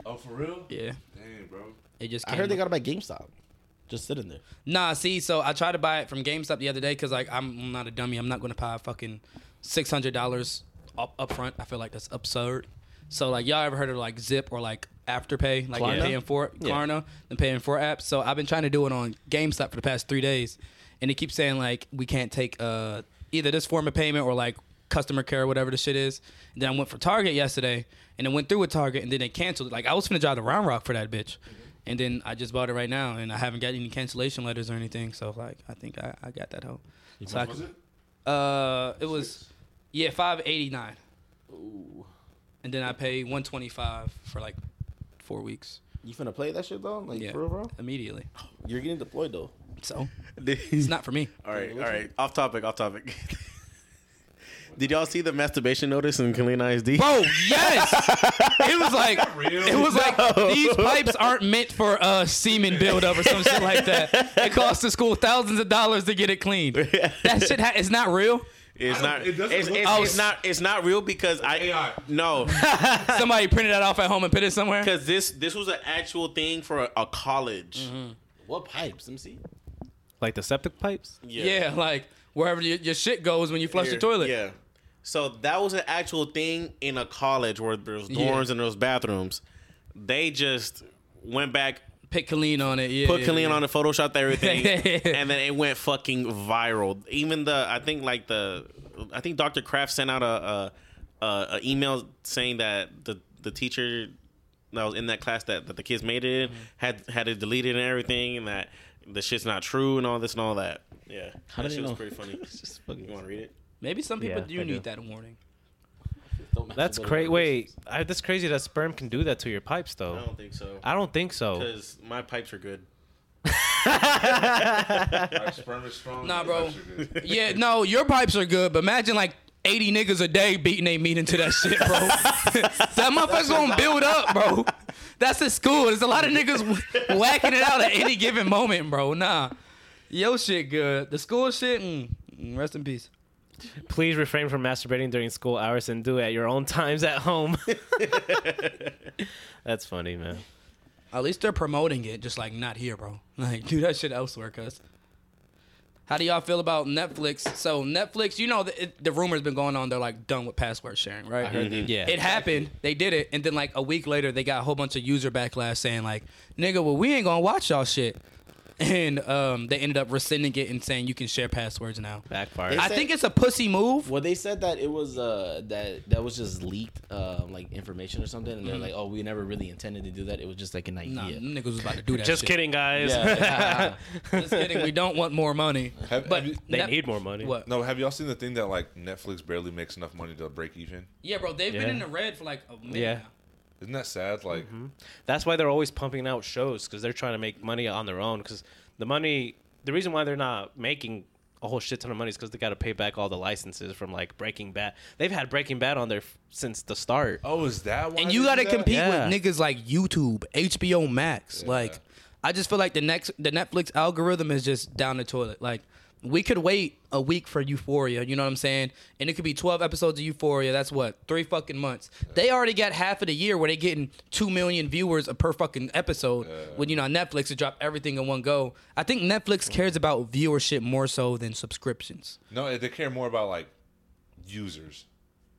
Oh, for real? Yeah, Dang, bro. it just. Came I heard they with- got it by GameStop. Just sitting there. Nah, see, so I tried to buy it from GameStop the other day because like I'm not a dummy. I'm not gonna pay fucking six hundred dollars up upfront. I feel like that's absurd. So like y'all ever heard of like Zip or like Afterpay, like Klarna? paying for it, Klarna, and paying for apps. So I've been trying to do it on GameStop for the past three days, and it keeps saying like we can't take uh either this form of payment or like customer care, whatever the shit is. And then I went for Target yesterday, and it went through with Target, and then they canceled it. Like I was finna drive to Round Rock for that bitch, and then I just bought it right now, and I haven't got any cancellation letters or anything. So like I think I, I got that hoe. So I Was could- it? uh, it was yeah five eighty nine. And then I paid one twenty five for like four weeks. You finna play that shit though? Like Yeah, for real, bro? immediately. You're getting deployed though. [laughs] So it's not for me. All right, all right. Off topic, off topic. [laughs] Did y'all see the masturbation notice in Kalina ISD? Bro, yes. it was like it was [laughs] like these pipes aren't meant for uh semen buildup or some [laughs] shit like that. It cost the school thousands of dollars to get it cleaned. That shit ha- is not real. [laughs] It's I don't- not. it doesn't it's, look- it's, Oh, it's not. It's not real because I AI. no Somebody printed that off at home and put it somewhere. because this this was an actual thing for a, a college. What pipes? Let me see. Like the septic pipes? Yeah, like wherever your, your shit goes when you flush the Here, toilet. Yeah. So that was an actual thing in a college where there was dorms Yeah. and there was bathrooms. They just went back, Put Colleen on it. Yeah, put yeah, Colleen yeah. on it, photoshopped everything, and then it went fucking viral. Even the I think like the I think Dr. Kraft sent out a a, a, a email saying that the the teacher that was in that class that, that the kids made it in had had it deleted and everything, and that the shit's not true and all this and all that. Yeah, How that did shit you know? was pretty funny. Just You fucking- want to read it? Maybe some people Yeah, do I need do. that [laughs] warning. Don't masturbate That's on crazy. purpose. Wait, I, that's crazy that sperm can do that to your pipes, though. I don't think so. I don't think so. Because my pipes are good. Like, sperm is strong. Nah, bro. That shit good. Yeah, no, your pipes are good, but imagine like 80 niggas a day beating their meat into that [laughs] shit, bro. that motherfucker's gonna build up, bro. That's at school. There's a lot of niggas wh- whacking it out at any given moment, bro. Nah. Yo, shit good. The school shit, mm, mm, rest in peace. Please refrain from masturbating during school hours and do it at your own times at home. [laughs] that's funny, man. At least they're promoting it, just like not here, bro. [laughs] Like, do that shit elsewhere, cuz. How do y'all feel about Netflix? So, Netflix, you know, the, it, the rumor's been going on. They're like done with password sharing, right? Yeah. It happened. They did it, and then like a week later, they got a whole bunch of user backlash saying like, "Nigga, well we ain't gonna watch y'all shit," [laughs] and um, they ended up rescinding it and saying you can share passwords now. Backfire. I think it's a pussy move. Well, they said that it was uh that that was just leaked uh, like information or something, and they're like, oh, we never really intended to do that. It was just like an idea. Nah, them niggas was about to do that. Just shit. kidding, guys. Yeah. Just kidding. We don't want more money. Have- But have you- [laughs] they Net- need more money. What? No, have y'all seen the thing that like Netflix barely makes enough money to break even? Yeah, bro. They've Yeah. been in the red for like a minute. Yeah. now. Isn't that sad? Like, That's why they're always pumping out shows because they're trying to make money on their own. Because the money, the reason why they're not making a whole shit ton of money is because they got to pay back all the licenses from like Breaking Bad. They've had Breaking Bad on there f- since the start. oh, is that why? and they you do gotta that? compete Yeah. with niggas like YouTube, HBO Max. Like, I just feel like the next the Netflix algorithm is just down the toilet. Like, we could wait a week for Euphoria. You know what I'm saying? And it could be 12 episodes of Euphoria. That's what three fucking months. They already got half of the year where they getting two million viewers per fucking episode. When you know Netflix to drop everything in one go. I think Netflix cares about viewership more so than subscriptions. No, they care more about like users.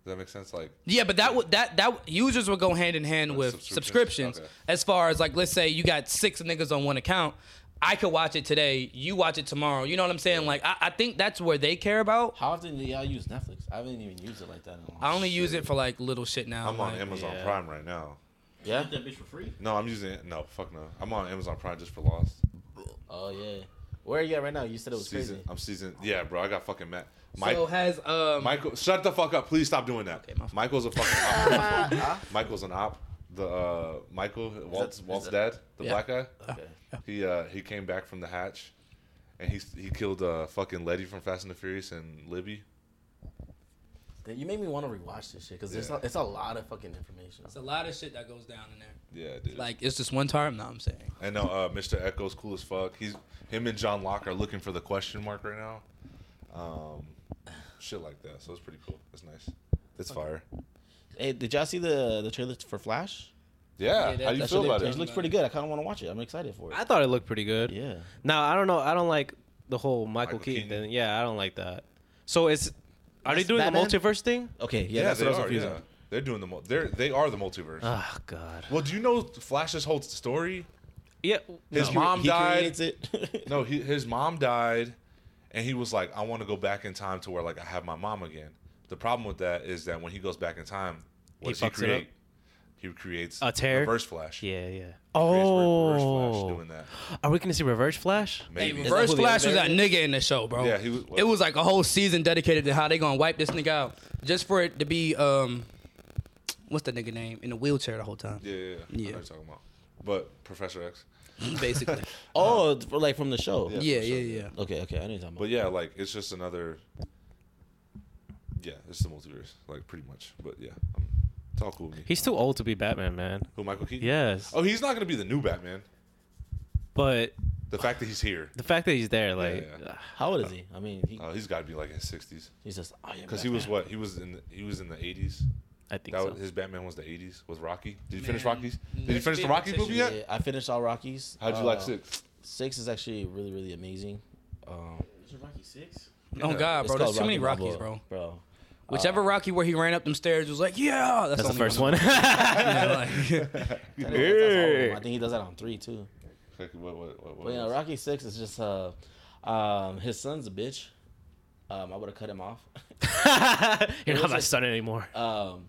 Does that make sense? Like, Yeah, but that would that that users would go hand in hand with subscriptions. subscriptions. Okay. As far as like, let's say you got six niggas on one account, I could watch it today, you watch it tomorrow. You know what I'm saying? Like, I, I think that's where they care about. How often do y'all use Netflix? I haven't even used it like that in a long. I only use it for like little shit now. I'm on like- Amazon yeah. Prime right now. Yeah. that bitch for free. No, I'm using it. No, fuck no. I'm on Amazon Prime just for Lost. Oh yeah. Where are you at right now? You said it was Season. crazy. I'm season. Yeah, bro. I got fucking mad. Mike, so has um Michael, shut the fuck up. Please stop doing that. my fault. Michael's a fucking op. Michael's an op. The uh, Michael Walt's is Walt's that- dad, the Yeah. black guy. Okay. [laughs] He uh, he came back from the hatch, and he he killed uh, fucking Letty from Fast and the Furious and Libby. You made me want to rewatch this shit because there's Yeah. a, it's a lot of fucking information. it's a lot of shit that goes down in there. Yeah, dude. Like it's just one time. No, I'm saying. I know uh, Mr. Echo's cool as fuck. He's him and John Locke are looking for the question mark right now. Um, shit like that. So it's pretty cool. It's nice. It's fire. Hey, did y'all see the the trailer for Flash? Yeah. Yeah, that- How do you that's feel what about they- it? It looks pretty good. I kind of want to watch it. I'm excited for it. I thought it looked pretty good. yeah. Now I don't know. I don't like the whole Michael, Michael Keaton. Keaton. thing. Yeah, I don't like that. So it's are they That's doing Batman? the multiverse thing? Okay. Yeah. yeah, that's they what I was are. confused. Yeah. They're doing the mul- they're they are the multiverse. Oh God. well, do you know Flash's whole story? Yeah. His on. mom he died. creates it. [laughs] No, he, his mom died, and he was like, "I want to go back in time to where like I have my mom again." The problem with that is that when he goes back in time, what He does he fucks it up. create? He creates A tear? Reverse Flash. Yeah. Yeah. Creates re- Oh. Reverse Flash doing that. Are we gonna see Reverse Flash? Hey, Maybe. Reverse who the Flash was that other guy nigga in the show, bro. Yeah, he was- It was like a whole season dedicated to how they gonna wipe this nigga out just for it to be um, what's the nigga name in the wheelchair the whole time, Yeah, yeah, yeah. I know Yeah. what you're talking about. But Professor X. basically. [laughs] oh, it's for- like from the show. yeah, for sure, yeah, yeah. Okay. Okay. I know you're talking about. But yeah, like it's just another. Yeah, it's the multiverse, like pretty much. But yeah, um it's all cool with me. He's too old to be Batman, man. Who Michael Keaton? Yes. Oh, he's not gonna be the new Batman. But The fact that he's here, The fact that he's there, like, yeah. ugh, How old is he? I mean, he, uh, he's got to be like in his sixties. he's just oh yeah. Because he was what? He was in the, he was in the eighties. I think That so. was, his Batman was the eighties. Was Rocky? Did you finish Man, Rockies? Did you let's finish be the Rockies movie repetitious. yet? Yeah, I finished all Rockies. How'd you like Uh, six? Six is actually really really amazing. Um, Rocky Six. Oh God, it's bro, there's called too many Rocky Rockies, Balboa, Uh, bro. Bro, Whichever Rocky where he ran up them stairs was like, yeah, that's, that's the only [laughs] first [laughs] one. [laughs] Yeah, like- I think, that's- that's all of them. I think he does that on three too. Like, what- what- what- what But yeah, was- Rocky Six is just uh, um, his son's a bitch. Um, I would have cut him off. [laughs] You're not my son anymore. Uh, um,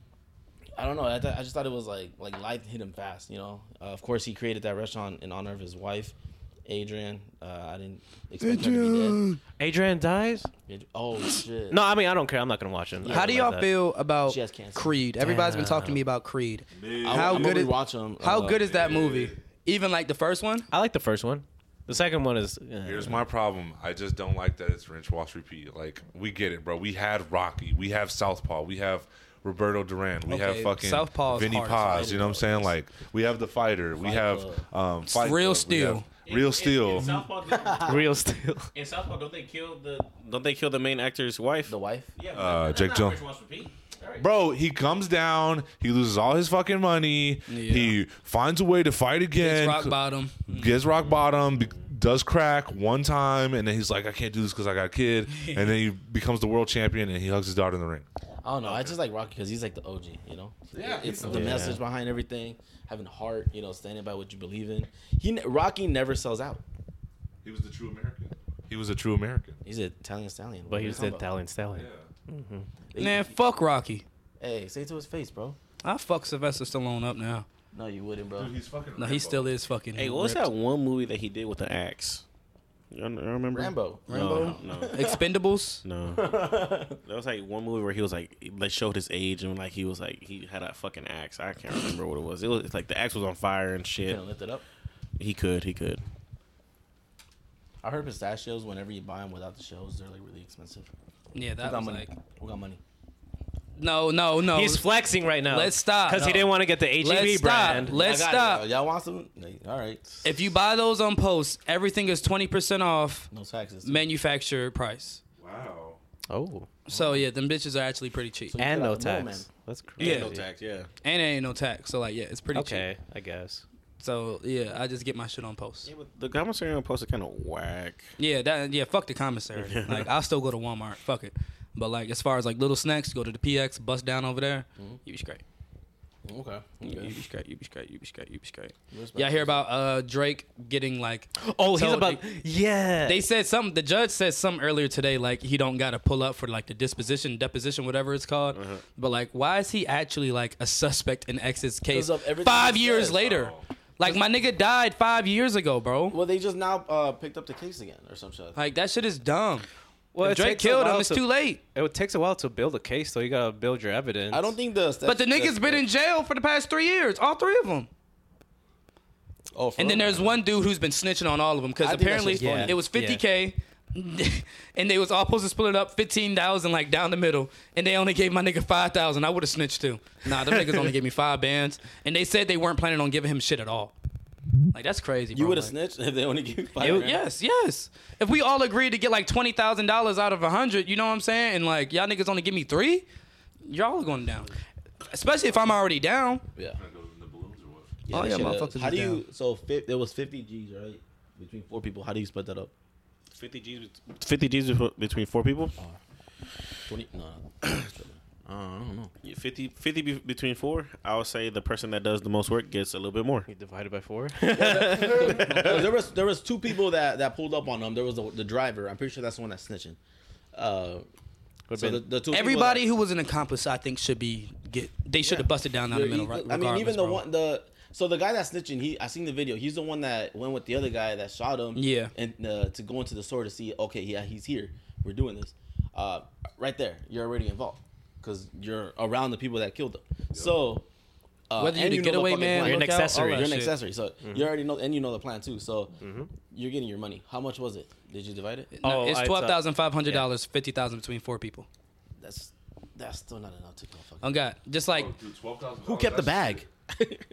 I don't know. I, th- I just thought it was like like life hit him fast. You know. Uh, of course, he created that restaurant in honor of his wife, Adrian. Uh, I didn't expect her to Adrian dies? be dead. Ad- Oh shit. No, I mean I don't care. I'm not gonna watch him. I How don't do like y'all that. feel about She has cancer. Creed? Everybody's been talking to me about Creed. How I'm good is watch him? how uh, good is that movie? Even like the first one? I like the first one. The second one is. eh. Here's my problem. I just don't like that it's wrench wash repeat. Like we get it, bro. We had Rocky. We have Southpaw. We have Roberto Duran. We have Okay, fucking Southpaw is Vinny hard. Paz. You know what I'm saying? Like we have the fighter. we have um, Fight Real Club. We have Steel. Real Steel. Southpaw, don't- Real steel. in Southpaw, don't they kill the? Don't they kill the main actor's wife? The wife. yeah, Uh, that's Jake not Jones. Rich Wants Repeat. All right. Bro, he comes down. He loses all his fucking money. He finds a way to fight It's again. rock bottom. gets rock bottom, be- does crack one time, and then he's like, I can't do this because I got a kid. And then he becomes the world champion and he hugs his daughter in the ring. I don't know. I just like Rocky because he's like the OG, you know. Yeah, it's the message behind everything, having heart, you know, standing by what you believe in. He ne- Rocky never sells out. He was the true American. He was a true American. He's an Italian stallion. [laughs] What But are he you was the talking about? Italian stallion. Man, fuck Rocky. Hey, say it to his face, bro. I fuck Sylvester Stallone up now. No, you wouldn't, bro. He's fucking. No, he still is fucking. Hey, what was ripped. that one movie that he did with an axe? You don't- you don't remember? Rambo. No, no, Expendables. [laughs] no. That was like one movie where he was like, they showed his age and like he was like he had a fucking axe. I can't remember what it was. It was it's like the axe was on fire and shit. Gonna lift it up. He could, he could. I heard pistachios. Whenever you buy them without the shells, they're like really expensive. Yeah, We that got was money. like we got money. no, no, no. He's flexing right now. Let's stop. Because he didn't want to get the HEB Let's stop. brand. Let's I got it, stop. bro. Uh, Y'all want some? Like, all right. uh, If you buy those on post, everything is twenty percent off No taxes. manufacturer price. Wow. Oh, So yeah, them bitches are actually pretty cheap, So you and got no a tax. moment. That's crazy. Yeah. No yeah. and it ain't no tax. So like, yeah, it's pretty cheap. Okay, I guess. So yeah, I just get my shit on post. The commissary on post is kind of whack. Yeah, that yeah, fuck the commissary. [laughs] like I'll still go to Walmart. Fuck it. But like as far as like little snacks, go to the PX, bust down over there. Mm-hmm. You be straight. Okay. You okay. be straight. You be straight. You be straight. You be straight. Yeah, I hear about uh Drake getting [gasps] like Oh, he's told- about. yeah. They said something. The judge said something earlier today, like he don't gotta pull up for like the disposition, deposition, whatever it's called. Uh-huh. But like, why is he actually like a suspect in X's case 'Cause of everything five he Oh. years said. later? Like my nigga died five years ago, bro. Well, they just now uh, picked up the case again or some shit. Like that shit is dumb. well, If it Drake takes a killed him. while It's to- too late. It takes a while to build a case, so you gotta build your evidence. I [laughs] don't think the. But the nigga's been in jail for the past three years, all three of them. Oh, for And then real? there's one dude who's been snitching on all of them I because think that apparently shit's funny. it was 50k, [laughs] and they was all supposed to split it up 15,000 like down the middle, and they only gave my nigga 5,000. I would have snitched too. Nah, them niggas only gave me five bands, and they said they weren't planning on giving him shit at all. Like that's crazy. You bro. would have Oh, Like, snitched [laughs] if they only gave you five. it- grand? yes, yes. If we all agreed to get like twenty thousand dollars out of a hundred, you know what I'm saying? And like y'all niggas only give me three, y'all are going down. Especially if I'm already down. Yeah. Oh, they yeah, shoulda- motherfuckers How is do you? So fi- there was fifty G's, right? Between four people, how do you split that up? 50 G's, 50 G's befo- between four people? Twenty? No, no. [laughs] Uh, I don't know. Yeah, 50, 50 be- between four? I would say the person that does the most work gets a little bit more. You divide it by [laughs] four. there was there was two people that that pulled up on them. There was the, the driver. I'm pretty sure that's the one that's snitching. Uh, so the, the two people Everybody that- who was an accomplice, I think, should be get. They should have busted down down the Yeah, middle. he- Right? I mean, even the bro. one the so the guy that's snitching, he I seen the video. He's the one that went with the other guy that shot him. Yeah. and uh, to go into the store to see, okay, yeah, he's here. We're doing this. Uh, right there, you're already involved because you're around the people that killed him. So. Uh, Whether you're and the know getaway fucking man, plan. You're an lookout, all accessory. that You're an shit. accessory, so you already know, and you know the plan too. So you're getting your money. How much was it? Did you divide it? No, Oh, it's I- twelve thousand five hundred dollars, fifty thousand between four people. That's that's still not enough to go fucking. Oh God, just like Who kept the bag?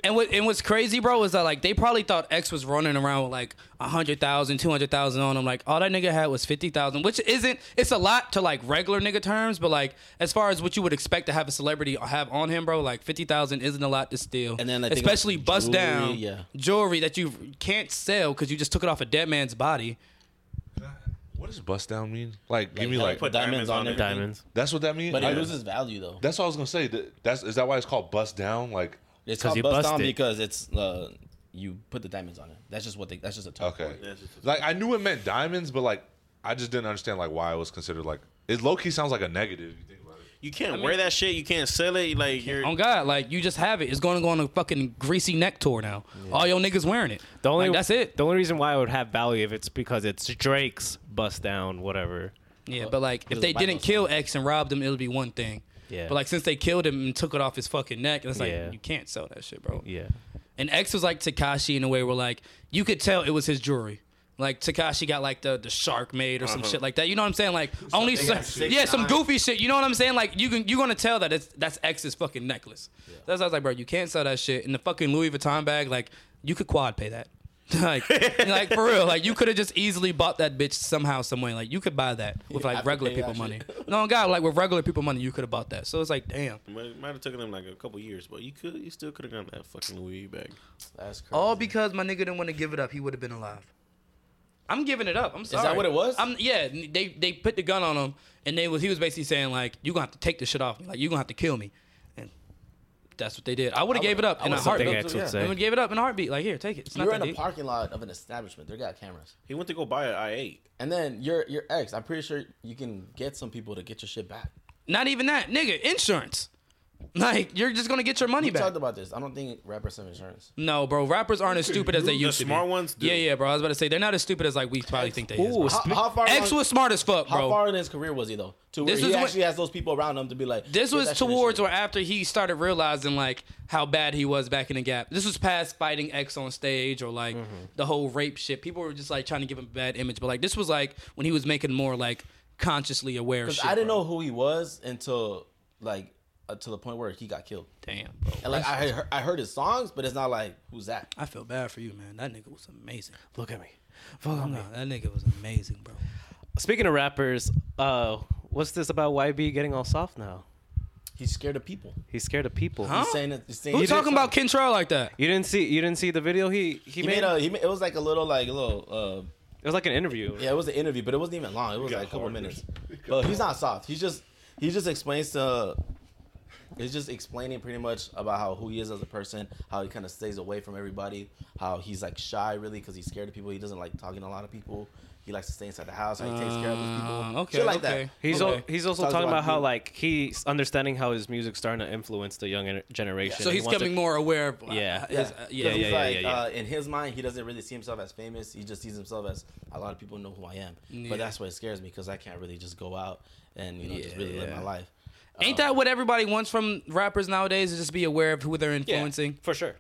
And what and what's crazy, bro, is that like they probably thought X was running around with like 100,000, 200,000 on him. Like all that nigga had was 50,000, which isn't it's a lot to like regular nigga terms, but like as far as what you would expect to have a celebrity have on him, bro, like 50,000 isn't a lot to steal. And then I think especially like bust jewelry, down yeah. jewelry that you can't sell cuz you just took it off a dead man's body. What does bust down mean? Like, give me how you like. put diamonds diamonds on on it. everything. Diamonds. that's what that means. But it Like, loses value though. that's what I was gonna say. That- That's is that why it's called bust down? Like, It's 'Cause called you bust bust down it. because it's uh, you put the diamonds on it. That's just what they. That's just a term. okay, That's just- like I knew it meant diamonds, but like I just didn't understand like why it was considered like. It low key sounds like a negative. If you think about it. You can't wear that shit. You can't sell it. Like you're. On God, like you just have it. It's going to go on a fucking greasy neck tour now. All your niggas wearing it. The only like, that's it. The only reason why it would have value if it's because it's Drake's bust down whatever. Yeah, but like if was they Michael didn't kill X and robbed him, it would be one thing. Yeah. But like since they killed him and took it off his fucking neck, it's like Yeah. you can't sell that shit, bro. Yeah. And X was like Takashi in a way where like you could tell it was his jewelry. Like Takashi got like the, the shark made or some Uh-huh. shit like that. You know what I'm saying? Like only they so- got six yeah, some nines. goofy shit. You know what I'm saying? Like you can you're gonna tell that it's that's X's fucking necklace. That's why I was like, bro, you can't sell that shit. In the fucking Louis Vuitton bag, like you could quad pay that. [laughs] like, like for real, like you could have just easily bought that bitch somehow, some way. Like you could buy that with I like could regular pay people that money. shit. No, God, like with regular people money, you could have bought that. So it's like, damn. But it might have taken them like a couple years, but you could, you still could have gotten that fucking Louis bag. That's crazy. All because my nigga didn't want to give it up, he would have been alive. I'm giving it up. I'm sorry. that what it was? I'm yeah. They they put the gun on him, and they was he was basically saying like, you gonna have to take this shit off me. Like you gonna have to kill me, and that's what they did. I would have I gave it would've- up I in a would've said heartbeat. Something no, I X would yeah. would say. have gave it up in a heartbeat. Like here, take it. It's not You're that in a deep. parking lot of an establishment. They got cameras, He went to go buy an I eight. and then your your ex. I'm pretty sure you can get some people to get your shit back. Not even that, nigga. Insurance. Like you're just gonna get your money We back. talked about this. I don't think rappers have insurance. No, bro. Rappers aren't as stupid as they used to be. smart ones do. Yeah, yeah, bro. I was about to say they're not as stupid as like we probably think they is. Ooh, bro. How, spe- how far? X along- was smart as fuck, how bro. far in his career was he though? To where This he is when- actually has those people around him to be like. This "Get was that shit and towards shit." or after he started realizing like how bad he was back in the gap. This was past fighting X on stage or like Mm-hmm. the whole rape shit. People were just like trying to give him a bad image, but like this was like when he was making more like consciously aware. Shit, I didn't bro. know who he was until like uh, to the point where he got killed. Damn, bro. And like I had heard, I heard his songs, but it's not like who's that? I feel bad for you, man. That nigga was amazing. look at me. Fuck, no, that nigga was amazing, bro. Speaking of rappers, uh, what's this about YB getting all soft now? He's scared of people. He's scared of people. Huh? He's saying that. He's saying Who he's talking about Kentrell like that? You didn't see you didn't see the video he he, He made, made a. He made, it was like a little like a little. Uh, it was like an interview. yeah, it was an interview, but it wasn't even long. It was got like a couple hard. [laughs] minutes. But he's not soft. He's just he just explains to. He's just explaining pretty much about how who he is as a person, how he kind of stays away from everybody, how he's like shy really because he's scared of people. He doesn't like talking to a lot of people. He likes to stay inside the house. How he takes care of his Uh, people. okay, Shit like okay. that. He's Okay. al- he's also Talks talking about about how people. like he's understanding how his music's starting to influence the young gener- generation. So He he's wants becoming to- more aware. Of, uh, Yeah. his, uh, yeah, Because yeah, he's yeah, like, yeah, yeah. Uh, in his mind, he doesn't really see himself as famous. He just sees himself as a lot of people know who I am. Yeah. But that's what scares me because I can't really just go out and you know just really live Yeah. my life. Ain't uh, that what everybody wants from rappers nowadays? Is just be aware of who they're Yeah, influencing. for sure.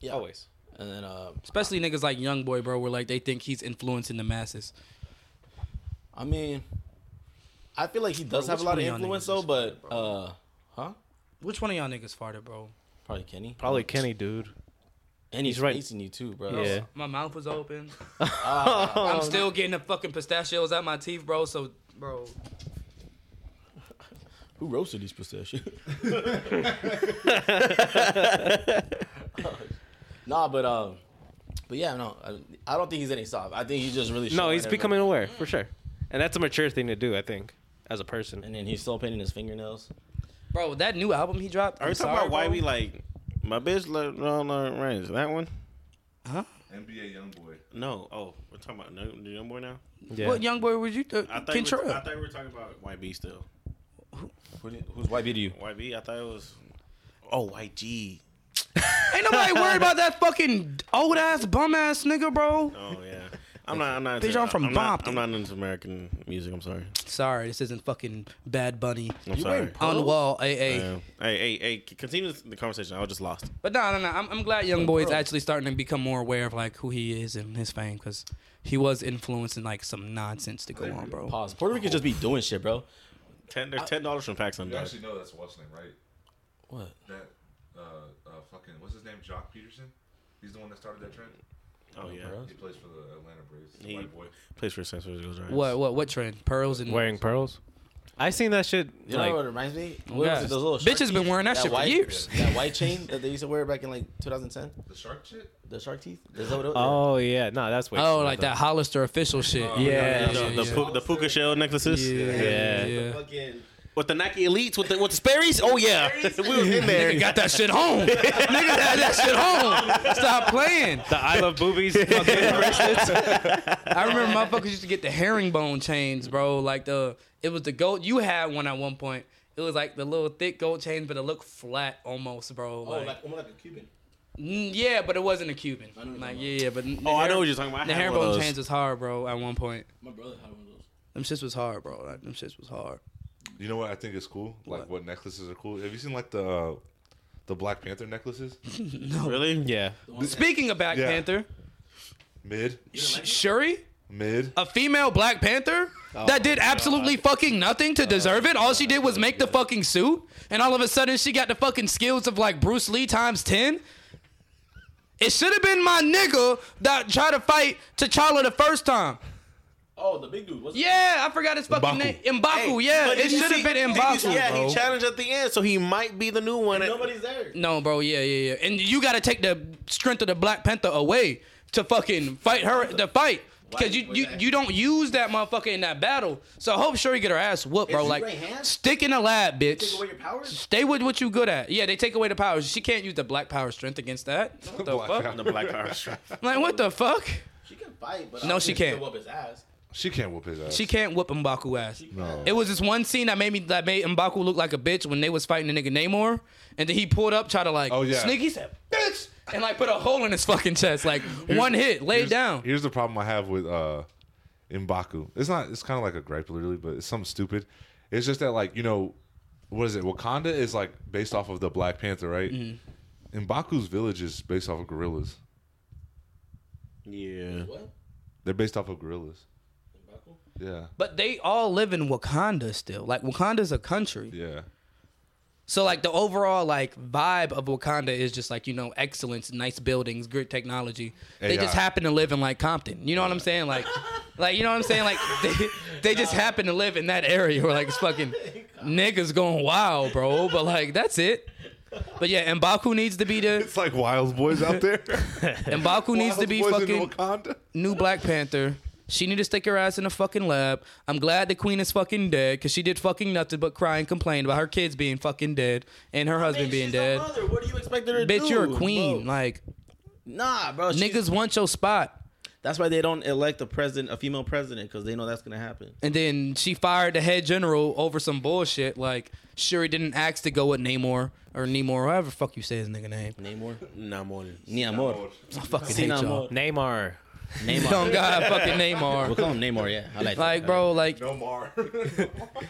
Yeah. Always. And then uh, Especially niggas like Young Boy, bro, where like they think he's influencing the masses. I mean, I feel like he does Bro, have a which lot of one of y'all influence niggas though. is But uh, huh? Which one of y'all niggas farted, bro? Probably Kenny. Probably Kenny, [laughs] dude. And he's He's right. right. facing you too, bro. Yeah. Oh, My mouth was [laughs] open. I'm still getting the fucking pistachios out my teeth, bro. So, bro, Who roasted these pistachios? nah, but um, but yeah, no, I, I don't think he's any soft. I think he's just really. No, showing he's everybody- becoming aware Mm. for sure, and that's a mature thing to do, I think, as a person. And then he's still painting his fingernails. bro, that new album he dropped. [laughs] Are I'm we talking sorry, about why bro. we like my bitch left on the range? That one? NBA young boy. No. Oh, we're talking about no, the young boy now. Yeah. What young boy was you? Th- I thought, we were, I Kentrell. thought we were talking about YB still. Who, do- who's YB to you? YB. I thought it was. Oh, YG. Ain't nobody worried about that fucking old ass bum ass nigga, bro. Oh yeah. I'm not. I'm not. Bitch, into- I'm from I'm not, Bompton. I'm not into American music. I'm sorry. Sorry, this isn't fucking Bad Bunny I'm sorry. on the wall. Hey, hey. Yeah. Hey, hey, hey! c- Continue the conversation. I was just lost. But no, no, no. I'm, I'm glad Young Boy is actually starting to become more aware of like who he is and his fame because he was influencing like some nonsense to go on, bro. Pause. Puerto Ricans just be doing shit, bro. Ten, they're ten dollars from Paxson. You dog. actually know that's what's name, right? What? That uh, uh, fucking what's his name? Jock Peterson. He's the one that started that trend. Oh yeah, He plays for the Atlanta Braves. He's a He- white boy. plays for San Francisco Giants. What what what trend? Pearls and Wearing pearls. I seen that shit. You like, know what it reminds me? What Yeah. was it, those little Bitch has shark oh been teeth? wearing that shit for white, years. [laughs] That white [laughs] chain that they used to wear back in like 2010, The shark shit. the shark teeth. Is that what it was? oh yeah, no, that's way. Oh, too like much, that Hollister official shit. Oh, yeah, The, the, yeah. pu- the puka shell necklaces Oh, Yeah, yeah. Fucking oh, with the Nike Elites with the with the Sperry's. [laughs] Oh yeah, we was in there. Nigga got that shit [laughs] home. Nigga had that shit home. Stop playing. though. The I love [laughs] boobies. fucking [laughs] bracelets. I remember motherfuckers used to get the herringbone chains, bro. Like the it was the gold. You had one at one point. It was like the little thick gold chains, but it looked flat almost, bro. oh, Like, like almost like a Cuban. mm, yeah, but it wasn't a Cuban. know what you're Like talking yeah, yeah, but the Oh, I know hair- what you're talking about. The I had one of herringbone those. chains was hard, bro. At one point, My brother had one of those. them shits was hard, bro. Like, them shits was hard. You know what I think is cool? Like what, necklaces are cool? Have you seen like the uh, the Black Panther necklaces? Really? yeah. Speaking of Black Yeah. Panther, Mid, Sh- Shuri, mid. a female Black Panther that did absolutely fucking nothing to deserve it. All she did was make the fucking suit, and all of a sudden she got the fucking skills of like Bruce Lee times ten. It should have been my nigga that tried to fight T'Challa the first time. Oh, the big dude. What's Yeah, I forgot his fucking M'Baku. name. Mbaku, yeah. But It did you should have see- been did you see- Mbaku, Yeah, bro. he challenged at the end, so he might be the new one. Nobody's [laughs] there. no, bro, yeah, yeah, yeah. And you got to take the strength of the Black Panther away to fucking fight her, the fight. Because you, you, you don't use that motherfucker in that battle. So I hope Shuri get her ass whooped, bro. Is he Like, right hand? stick in the lab, bitch. Take away your powers. Stay with what you good at. Yeah, they take away the powers. She can't use the black power strength against that. What the Black fuck? Panther. the Black [laughs] Power Strap. Like what the fuck? She can fight, but I No, don't she think can can't. Whoop his ass. She can't whoop his ass. She can't whoop Mbaku ass. No. It was this one scene that made me that made Mbaku look like a bitch when they was fighting the nigga Namor, and then he pulled up, tried to like Oh, yeah. sneak. He said, "Bitch," and like put a hole in his fucking chest, like one hit, laid Here's- down. Here's the problem I have with uh Mbaku. It's not it's kind of like a gripe literally, but it's something stupid. It's just that like, you know, what is it? Wakanda is like based off of the Black Panther, right? Mm-hmm. Mbaku's village is based off of gorillas. Yeah. What? They're based off of gorillas. M'Baku? Yeah. But they all live in Wakanda still. Like Wakanda's a country. Yeah. So like the overall like vibe of Wakanda is just like you know excellence, nice buildings, good technology. They AI. just happen to live in like Compton. You know what I'm saying? [laughs] Like, like you know what I'm saying? Like they, they just happen to live in that area where like it's fucking niggas going wild, bro. But like that's it. But yeah, Mbaku needs to be the It's like wild boys [laughs] out there. Mbaku needs to Wild be boys in fucking Wakanda. new Black Panther. She need to stick her ass in the fucking lab. I'm glad the queen is fucking dead because she did fucking nothing but cry and complain about her kids being fucking dead and her husband being Hey, she's dead. A mother. What do you expect her to do? Bitch, you're a queen. Bro. Like Nah, bro. she's- niggas want your spot. That's why they don't elect a president, a female president, because they know that's gonna happen. And then she fired the head general over some bullshit. Like Shuri didn't ask to go with Namor or Nemor, or however the fuck you say his nigga name. [laughs] Namor. Nah, more Ni amor. I fucking Sin hate y'all. amor. Neymar. Oh Neymar. God, fucking We'll Namor. call him Neymar. Yeah, I like. that. Like, bro, like, No [laughs] more.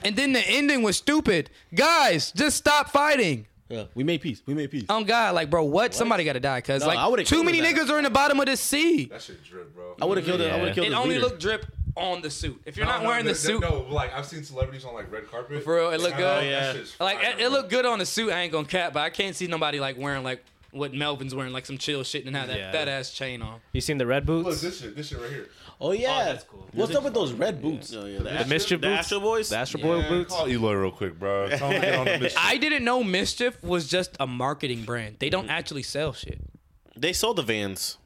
and then the ending was stupid. Guys, just stop fighting. Yeah, we made peace. We made peace. Oh God, like, bro, what? Somebody got to die, cause No, I like, would've too killed many that. niggas are in the bottom of the sea. that shit drip, bro. I would have killed it. I Yeah. would have killed It his only leader. looked drip on the suit. If you're No, not no, wearing they're- the they're- suit, No, like I've seen celebrities on like red carpet. For real, it look looked good? Yeah. Like it, it looked good on the suit. I ain't gonna cap, but I can't see nobody like wearing like what Melvin's wearing, like some chill shit and have that Yeah. that ass chain on. You seen the red boots? Look this shit. This shit right here. Oh yeah. that's cool. What's up with those red boots? yeah, the the, mischief the boots. Astro Boys. The Astro Boy boots. Call Eloy real quick, bro. Tell him to get on the [laughs] mission. I didn't know Mischief was just a marketing brand. They don't actually sell shit, They sold the Vans.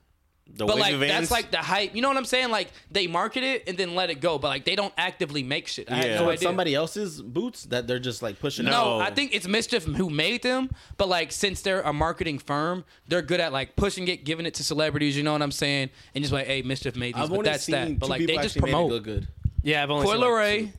The but wavy like Vans. that's like the hype. You know what I'm saying? Like they market it and then let it go, but like they don't actively make shit. I Yeah. had So no But idea. somebody else's boots that they're just like pushing out. No, No. I think it's Mischief who made them, but like since they're a marketing firm, they're good at like pushing it, giving it to celebrities. You know what I'm saying? And just like, hey, Mischief made these, I've but only that's seen that. But two like they people just actually made it promote. look good. Yeah, I've only Coil seen like, two. Ray.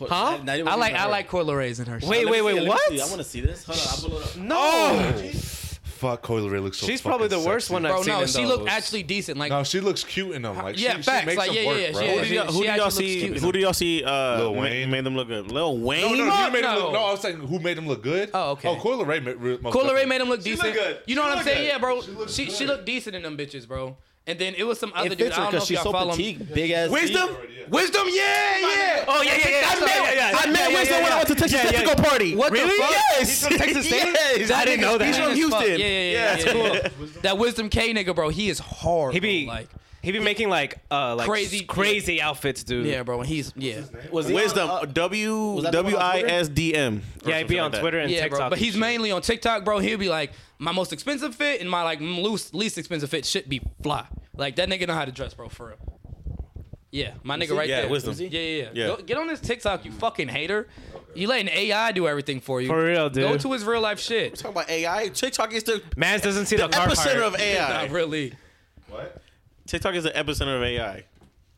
Huh? Not even I like even I her. like Coil Ray's in her. shit. Wait, Let wait, me see it, wait. let me What? see it. I want to see this. Hold on, I'll pull it up. No. Fuck, Coily Ray looks so. She's probably fucking the worst sexy. one I've bro, seen. no, in she those. looked actually decent. Like No, she looks cute in them. Like, yeah, she, she facts, makes like, them yeah, yeah, work, yeah, bro. she- Who do y'all, who she do y'all actually looks see? cute. Who do y'all see? Uh, Lil ma- Wayne. made them look good. Lil No, Wayne. no, Fuck you made him no. look. No, I was saying who made him look good. Oh, okay. Oh, Coily Ray. ma- re- most Coil Ray definitely. made him look She decent. look good. You know She what I'm look saying? good. Yeah, bro. She looked She she good. looked decent in them bitches, bro. And then it was some other It dude. fits I her don't know because if she's y'all so follow him. petite, big ass. Wisdom? Wisdom? Yeah, yeah. Oh, yeah, yeah, yeah. I Sorry, met, yeah, yeah. I met Yeah, yeah, Wisdom when yeah, I yeah. went to Texas Yeah, yeah. Technical Party. What the really? fuck? Yes. He's from [laughs] Texas State? Yes. I didn't nigga's know that. plain He's from as fuck. Houston. Yeah, yeah, yeah. yeah, yeah, yeah. That wisdom K nigga, bro, he is hard. He be bro. like, like he be making like uh like Crazy- crazy crazy outfits, dude. yeah, bro. When he's yeah, Was he on, Wisdom. uh, W was that the one W on I Twitter? S D M. or yeah. He'd be something on like that. Twitter and yeah, TikTok. bro. But and he's shit. mainly on TikTok, bro. He'll be like, my most expensive fit and my like m- loose least expensive fit should be fly. Like that nigga know how to dress, bro, for real. Yeah, my nigga right Yeah, there. wisdom. Yeah, yeah, yeah. Yeah. Go, get on this TikTok, you fucking hater. You letting AI do everything for you. For real, Go dude. to his real life shit. Talking about AI. TikTok is the Mans doesn't see the, car part. epicenter of Not AI. really. What? TikTok is the epicenter of AI.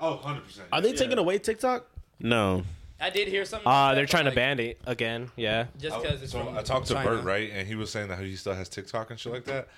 Oh, 100 percent. Are they taking away TikTok? No. I did hear something. Uh, like they're that, trying to like, ban it again. Yeah. Just because it's so from I talked to China. Bert right, and he was saying that he still has TikTok and shit like that,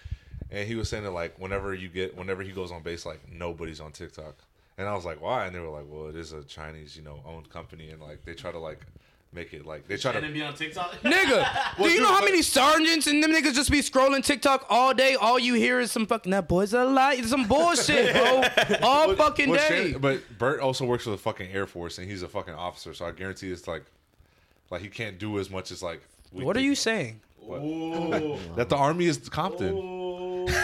and he was saying that like whenever you get whenever he goes on base, like nobody's on TikTok, and I was like, why? And they were like, well, it is a Chinese, you know, owned company, and like they try to like make it like they try to on TikTok. [laughs] Nigga, do you dude, know how but- many sergeants and them niggas just be scrolling TikTok all day? All you hear is some fucking that boy's a lie, it's some bullshit, [laughs] bro. All But- fucking but day. Shannon- but Bert also works for the fucking Air Force, and he's a fucking officer, so I guarantee it's like, like he can't do as much as like. we what are do. you saying? That the army is Oh, Compton.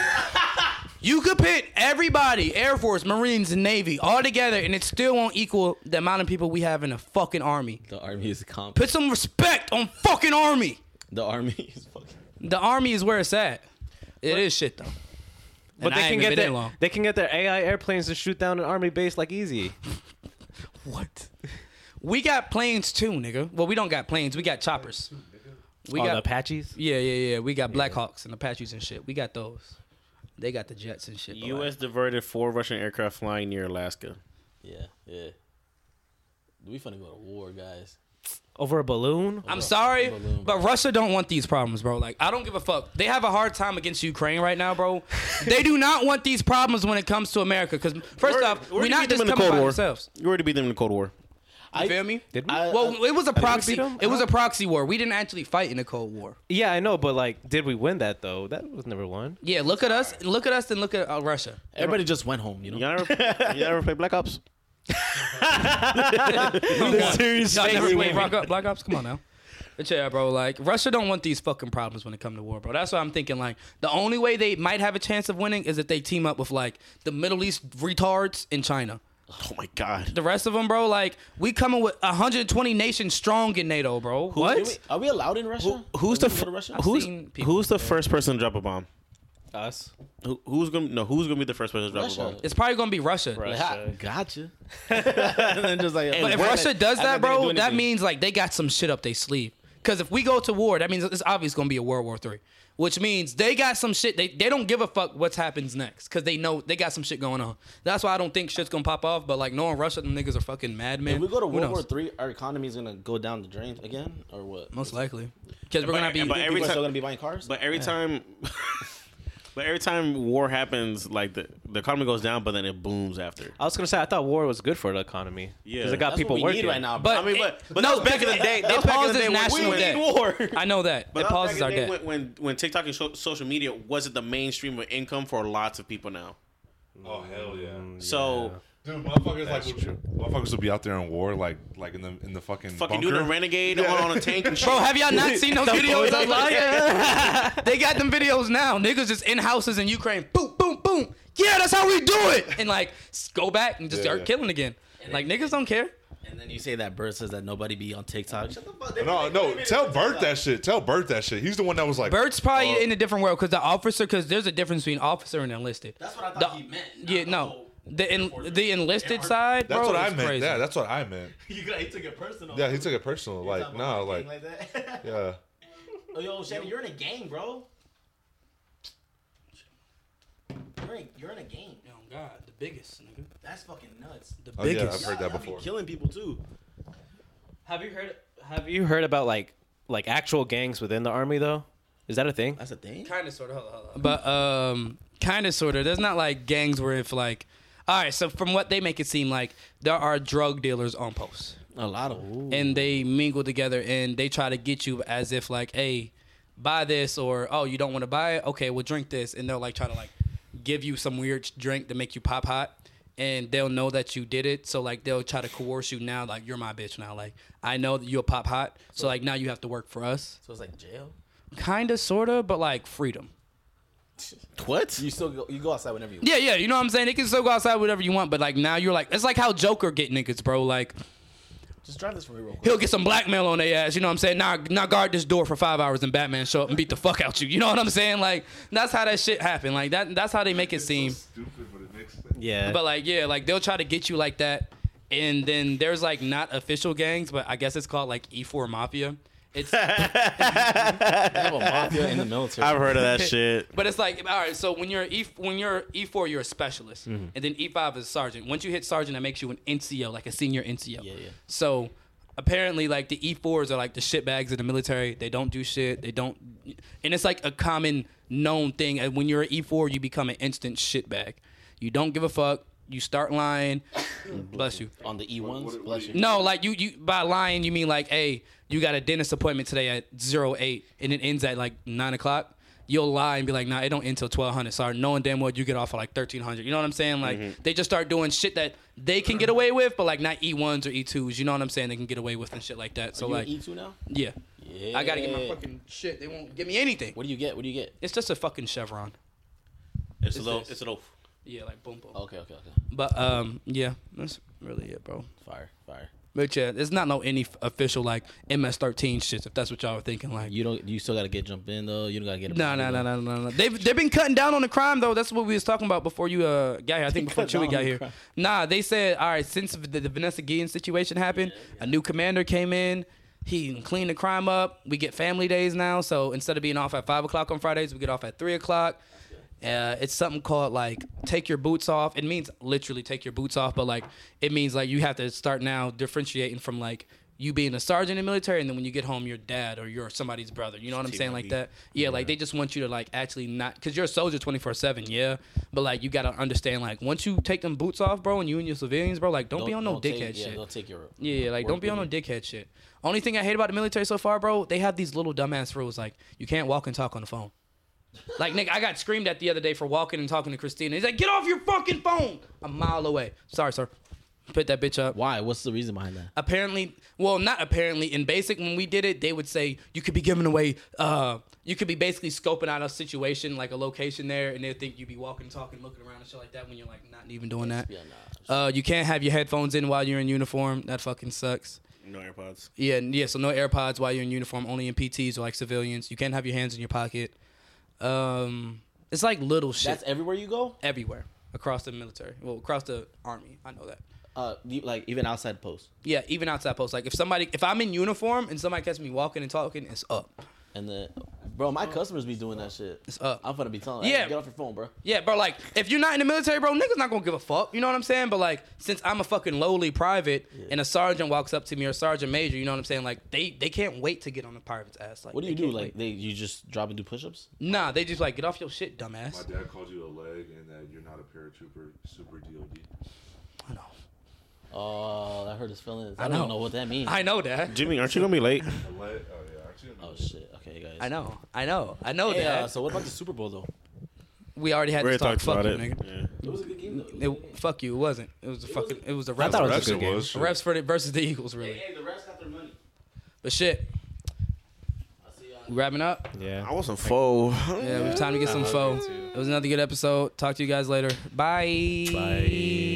You could pit everybody, Air Force, Marines, and Navy, all together, and it still won't equal the amount of people we have in the fucking army. The army is comp. Put some respect on fucking army. The army is fucking. The army is where it's at. It is shit though. But And they I can ain't get been their in [laughs] long. they can get their AI airplanes to shoot down an army base like easy. What? We got planes too, nigga. Well, we don't got planes. We got choppers. We All got Oh, the Apaches. yeah, yeah, yeah. We got Blackhawks and Apaches and shit. We got those. They got the jets and shit. but like- U.S. diverted four Russian aircraft flying near Alaska. Yeah, yeah. We finna go to war, guys. Over a balloon. I'm sorry, Unbelievable. but Russia don't want these problems, bro. Like I don't give a fuck. They have a hard time against Ukraine right now, [laughs] bro. they do not want these problems when it comes to America. Because 1st off, we're not just coming by ourselves. You already beat them in the Cold War. You feel me? Did we? I- Well, it was a proxy. beat 'em? It was a proxy war. We didn't actually fight in the Cold War. yeah, I know, but like, did we win that though? That was number one. Yeah, look at us. Look at us, then look at uh, Russia. [laughs] Everybody just went home, you know. Y'all ever, y'all ever play Black Ops? serious Y'all never played Black Ops. Black Ops. Come on now. But yeah, bro. Like Russia don't want these fucking problems when it come to war, bro. That's why I'm thinking. Like the only way they might have a chance of winning is if they team up with like the Middle East retards in China. Oh my God. The rest of them, bro. Like we coming with 120 nations strong in NATO, bro. Are we, are we allowed in Russia? Who's the Can we go fir- to Oh, Russia? who's seen people who's the first person to drop a bomb? Us. Who, who's gonna no? Who's gonna be the first person to drop a Russia. bomb? It's probably gonna be Russia. Like, Russia. ha, gotcha. [laughs] and then just like, But if we're- Russia does I that, bet they didn't bro, do that anything. means like they got some shit up their sleeve. Because if we go to war, that means it's obvious gonna be a World War Three, which means they got some shit. They they don't give a fuck what's happens next because they know they got some shit going on. That's why I don't think shit's gonna pop off. But like knowing Russia, them niggas are fucking madmen. If we go to Who World knows? War Three, our economy's gonna go down the drain again, or what? most likely, because we're But- gonna be. but every People are time- still gonna be buying cars. But every time, [laughs] but every time war happens, like the, the economy goes down, but then it booms after. I was gonna say I thought war was good for the economy. Yeah. because it got That's people what we working need right now. but But I mean, but- but no, that was back in the day- that it was back in pauses the day when we national were in debt. war. I know that. But it that was pauses back our in the debt. day When, when when TikTok and so, social media wasn't the mainstream of income for lots of people now. Oh hell yeah, So dude! Motherfuckers like motherfuckers will be out there in war, like like in the in the fucking fucking bunker. doing a renegade on, on a tank and [laughs] shit. Bro, Oh, have y'all not seen [laughs] those videos online? [laughs] they got them videos now. Niggas just in houses in Ukraine. Boom, boom, boom. Yeah, that's how we do it. And like, s- go back and just Yeah, start yeah. killing again. Like niggas don't care. and then you say that Bird says that nobody be on TikTok. Shut the fuck. They, No, no, tell Bert that shit. Tell Bert that shit. He's the one that was like Bird's probably uh, in a different world because the officer, because there's a difference between officer and enlisted. That's what I thought The- he meant. not Yeah, the no. whole- The en- the enlisted side, That's bro, what I is meant. Crazy. Yeah, that's what I meant. You got- [laughs] he took it personal. Yeah, he took it personal. Like, nah, like, that. yeah. [laughs] Oh, yo, Shannon, you're in a game, bro. You're in, you're in a game. Oh, God, the biggest, nigga. That's fucking nuts. The Oh, yeah, I've heard that Y'all be before. killing people too. Have you heard? Have you heard about like like actual gangs within the army though? Is that a thing? That's a thing. Kind of, sort of. But um, kind of, sort of. There's not like gangs where if like, all right. So from what they make it seem like, there are drug dealers on post, A lot of. Ooh. and they mingle together and they try to get you as if like, hey, buy this or oh, you don't want to buy it. Okay, well drink this, and they'll like try to like give you some weird drink to make you pop hot, and they'll know that you did it. So like they'll try to coerce you now. Like you're my bitch now. Like I know that you'll pop hot. So like now you have to work for us. So it's like jail. Kinda, sorta, but like freedom. What? You still go, you go outside whenever you. want. Yeah, yeah, you know what I'm saying. They can still go outside whatever you want, but like now you're like it's like how Joker get niggas, bro. Like Just drive this for me real quick. he'll get some blackmail on their ass. You know what I'm saying? Now, now guard this door for five hours, and Batman show up and beat the fuck out you. You know what I'm saying? Like that's how that shit happened. Like that. That's how they make it seem. Stupid, but it makes sense. Yeah. But like, yeah, like they'll try to get you like that. And then there's like not official gangs, but I guess it's called like E4 Mafia. It's They have a mafia in the military. I've heard [laughs] of that shit. but it's like all right. So when you're E when you're E4, you're a specialist, and then E5 is sergeant. Once you hit sergeant, that makes you an NCO, like a senior NCO. Yeah, yeah. So apparently, like the E4s are like the shit bags of the military. They don't do shit. They don't, and it's like a common known thing. And when you're an E4, you become an instant shit bag. You don't give a fuck. You start lying. Bless you. on the E ones. what- Bless you. No, like you, you by lying you mean like, hey, you got a dentist appointment today at zero eight, and it ends at like nine o'clock. You'll lie and be like, nah, it don't end till twelve hundred. Sorry, knowing damn well you get off at like thirteen hundred. You know what I'm saying? Like they just start doing shit that they can get away with, but like not E ones or E twos. You know what I'm saying? They can get away with and shit like that. So you like, E two now? yeah. Yeah. I gotta get my fucking shit. They won't give me anything. What do you get? What do you get? It's just a fucking chevron. It's a little. this? It's a little. Yeah, like boom boom. Okay, okay, okay. But um, yeah, that's really it, bro. Fire, fire. But yeah, it's not no any f- official like MS13 shit. If that's what y'all were thinking, like You don't. You still gotta get jumped in though. You don't gotta get. No, no, no, no, no, no. They've they've been cutting down on the crime though. That's what we was talking about before you uh got here. I think before cut down Chewy on got the here. crime. Nah, they said all right. Since the, the Vanessa Guillen situation happened, a new commander came in. He cleaned the crime up. We get family days now. So instead of being off at five o'clock on Fridays, we get off at three o'clock. Uh, it's something called like take your boots off. It means literally take your boots off, but like it means like you have to start now differentiating from like you being a sergeant in the military, and then when you get home, you're dad or you're somebody's brother. You know what I'm saying, like that. Yeah, like they just want you to like actually not because you're a soldier 24 seven. Yeah, but like you gotta understand like once you take them boots off, bro, and you and your civilians, bro, like don't, be on no take- dickhead yeah, shit. Don't take your. Yeah, like don't be on no dickhead shit. Only thing I hate about the military so far, bro, they have these little dumbass rules like you can't walk and talk on the phone. Like Nick, I got screamed at the other day for walking and talking to Christina. He's like, "Get off your fucking phone!" A mile away. Sorry, sir. Put that bitch up. Why? What's the reason behind that? Apparently, well, not apparently. In basic, when we did it, they would say you could be giving away. Uh, you could be basically scoping out a situation, like a location there, and they think you'd be walking, talking, looking around and shit like that when you're like not even doing that. Yeah, nah. Uh, you can't have your headphones in while you're in uniform. That fucking sucks. No AirPods. Yeah, and- yeah. So no AirPods while you're in uniform, only in PTs or like civilians. You can't have your hands in your pocket. Um, it's like little shit That's everywhere you go. everywhere across the military. Well, across the army, I know that. Uh, you- like even outside post, Yeah, even outside posts. Like if somebody, if I'm in uniform and somebody catches me walking and talking, it's up. and then, bro, my customers be doing that shit. It's up. I'm gonna be telling. Yeah. Yeah. Hey, get off your phone, bro. Yeah, bro. Like, if you're not in the military, bro, niggas not gonna give a fuck. You know what I'm saying? But like, since I'm a fucking lowly private, and a sergeant walks up to me or a sergeant major, you know what I'm saying? Like, they they can't wait to get on the pirate's ass. Like, What do they you do? can't Like wait. they, you just drop and do push-ups? nah, they just like get off your shit, dumbass. My dad called you a leg and that you're not a paratrooper, super DOD. I know. Oh, that hurt his feelings. I, I don't know. know what that means. I know that. Jimmy, aren't you gonna [laughs] be late? A leg? Oh, yeah. Actually, oh shit. Okay, guys. I know. I know. I know Hey, that. uh, so what about the Super Bowl though? we already had We this already talk. talked Fuck about you, it. nigga. Yeah. It was a good game though. It, fuck you. It wasn't. It was a fucking. It was a. I thought it was a Refs good game. versus- Refs for the, versus the Eagles, really. the refs got their money. But shit, I see y'all. we wrapping up. I wasn't full. Yeah, it was time to get some love faux. you too. It was another good episode. Talk to you guys later. Bye. Bye.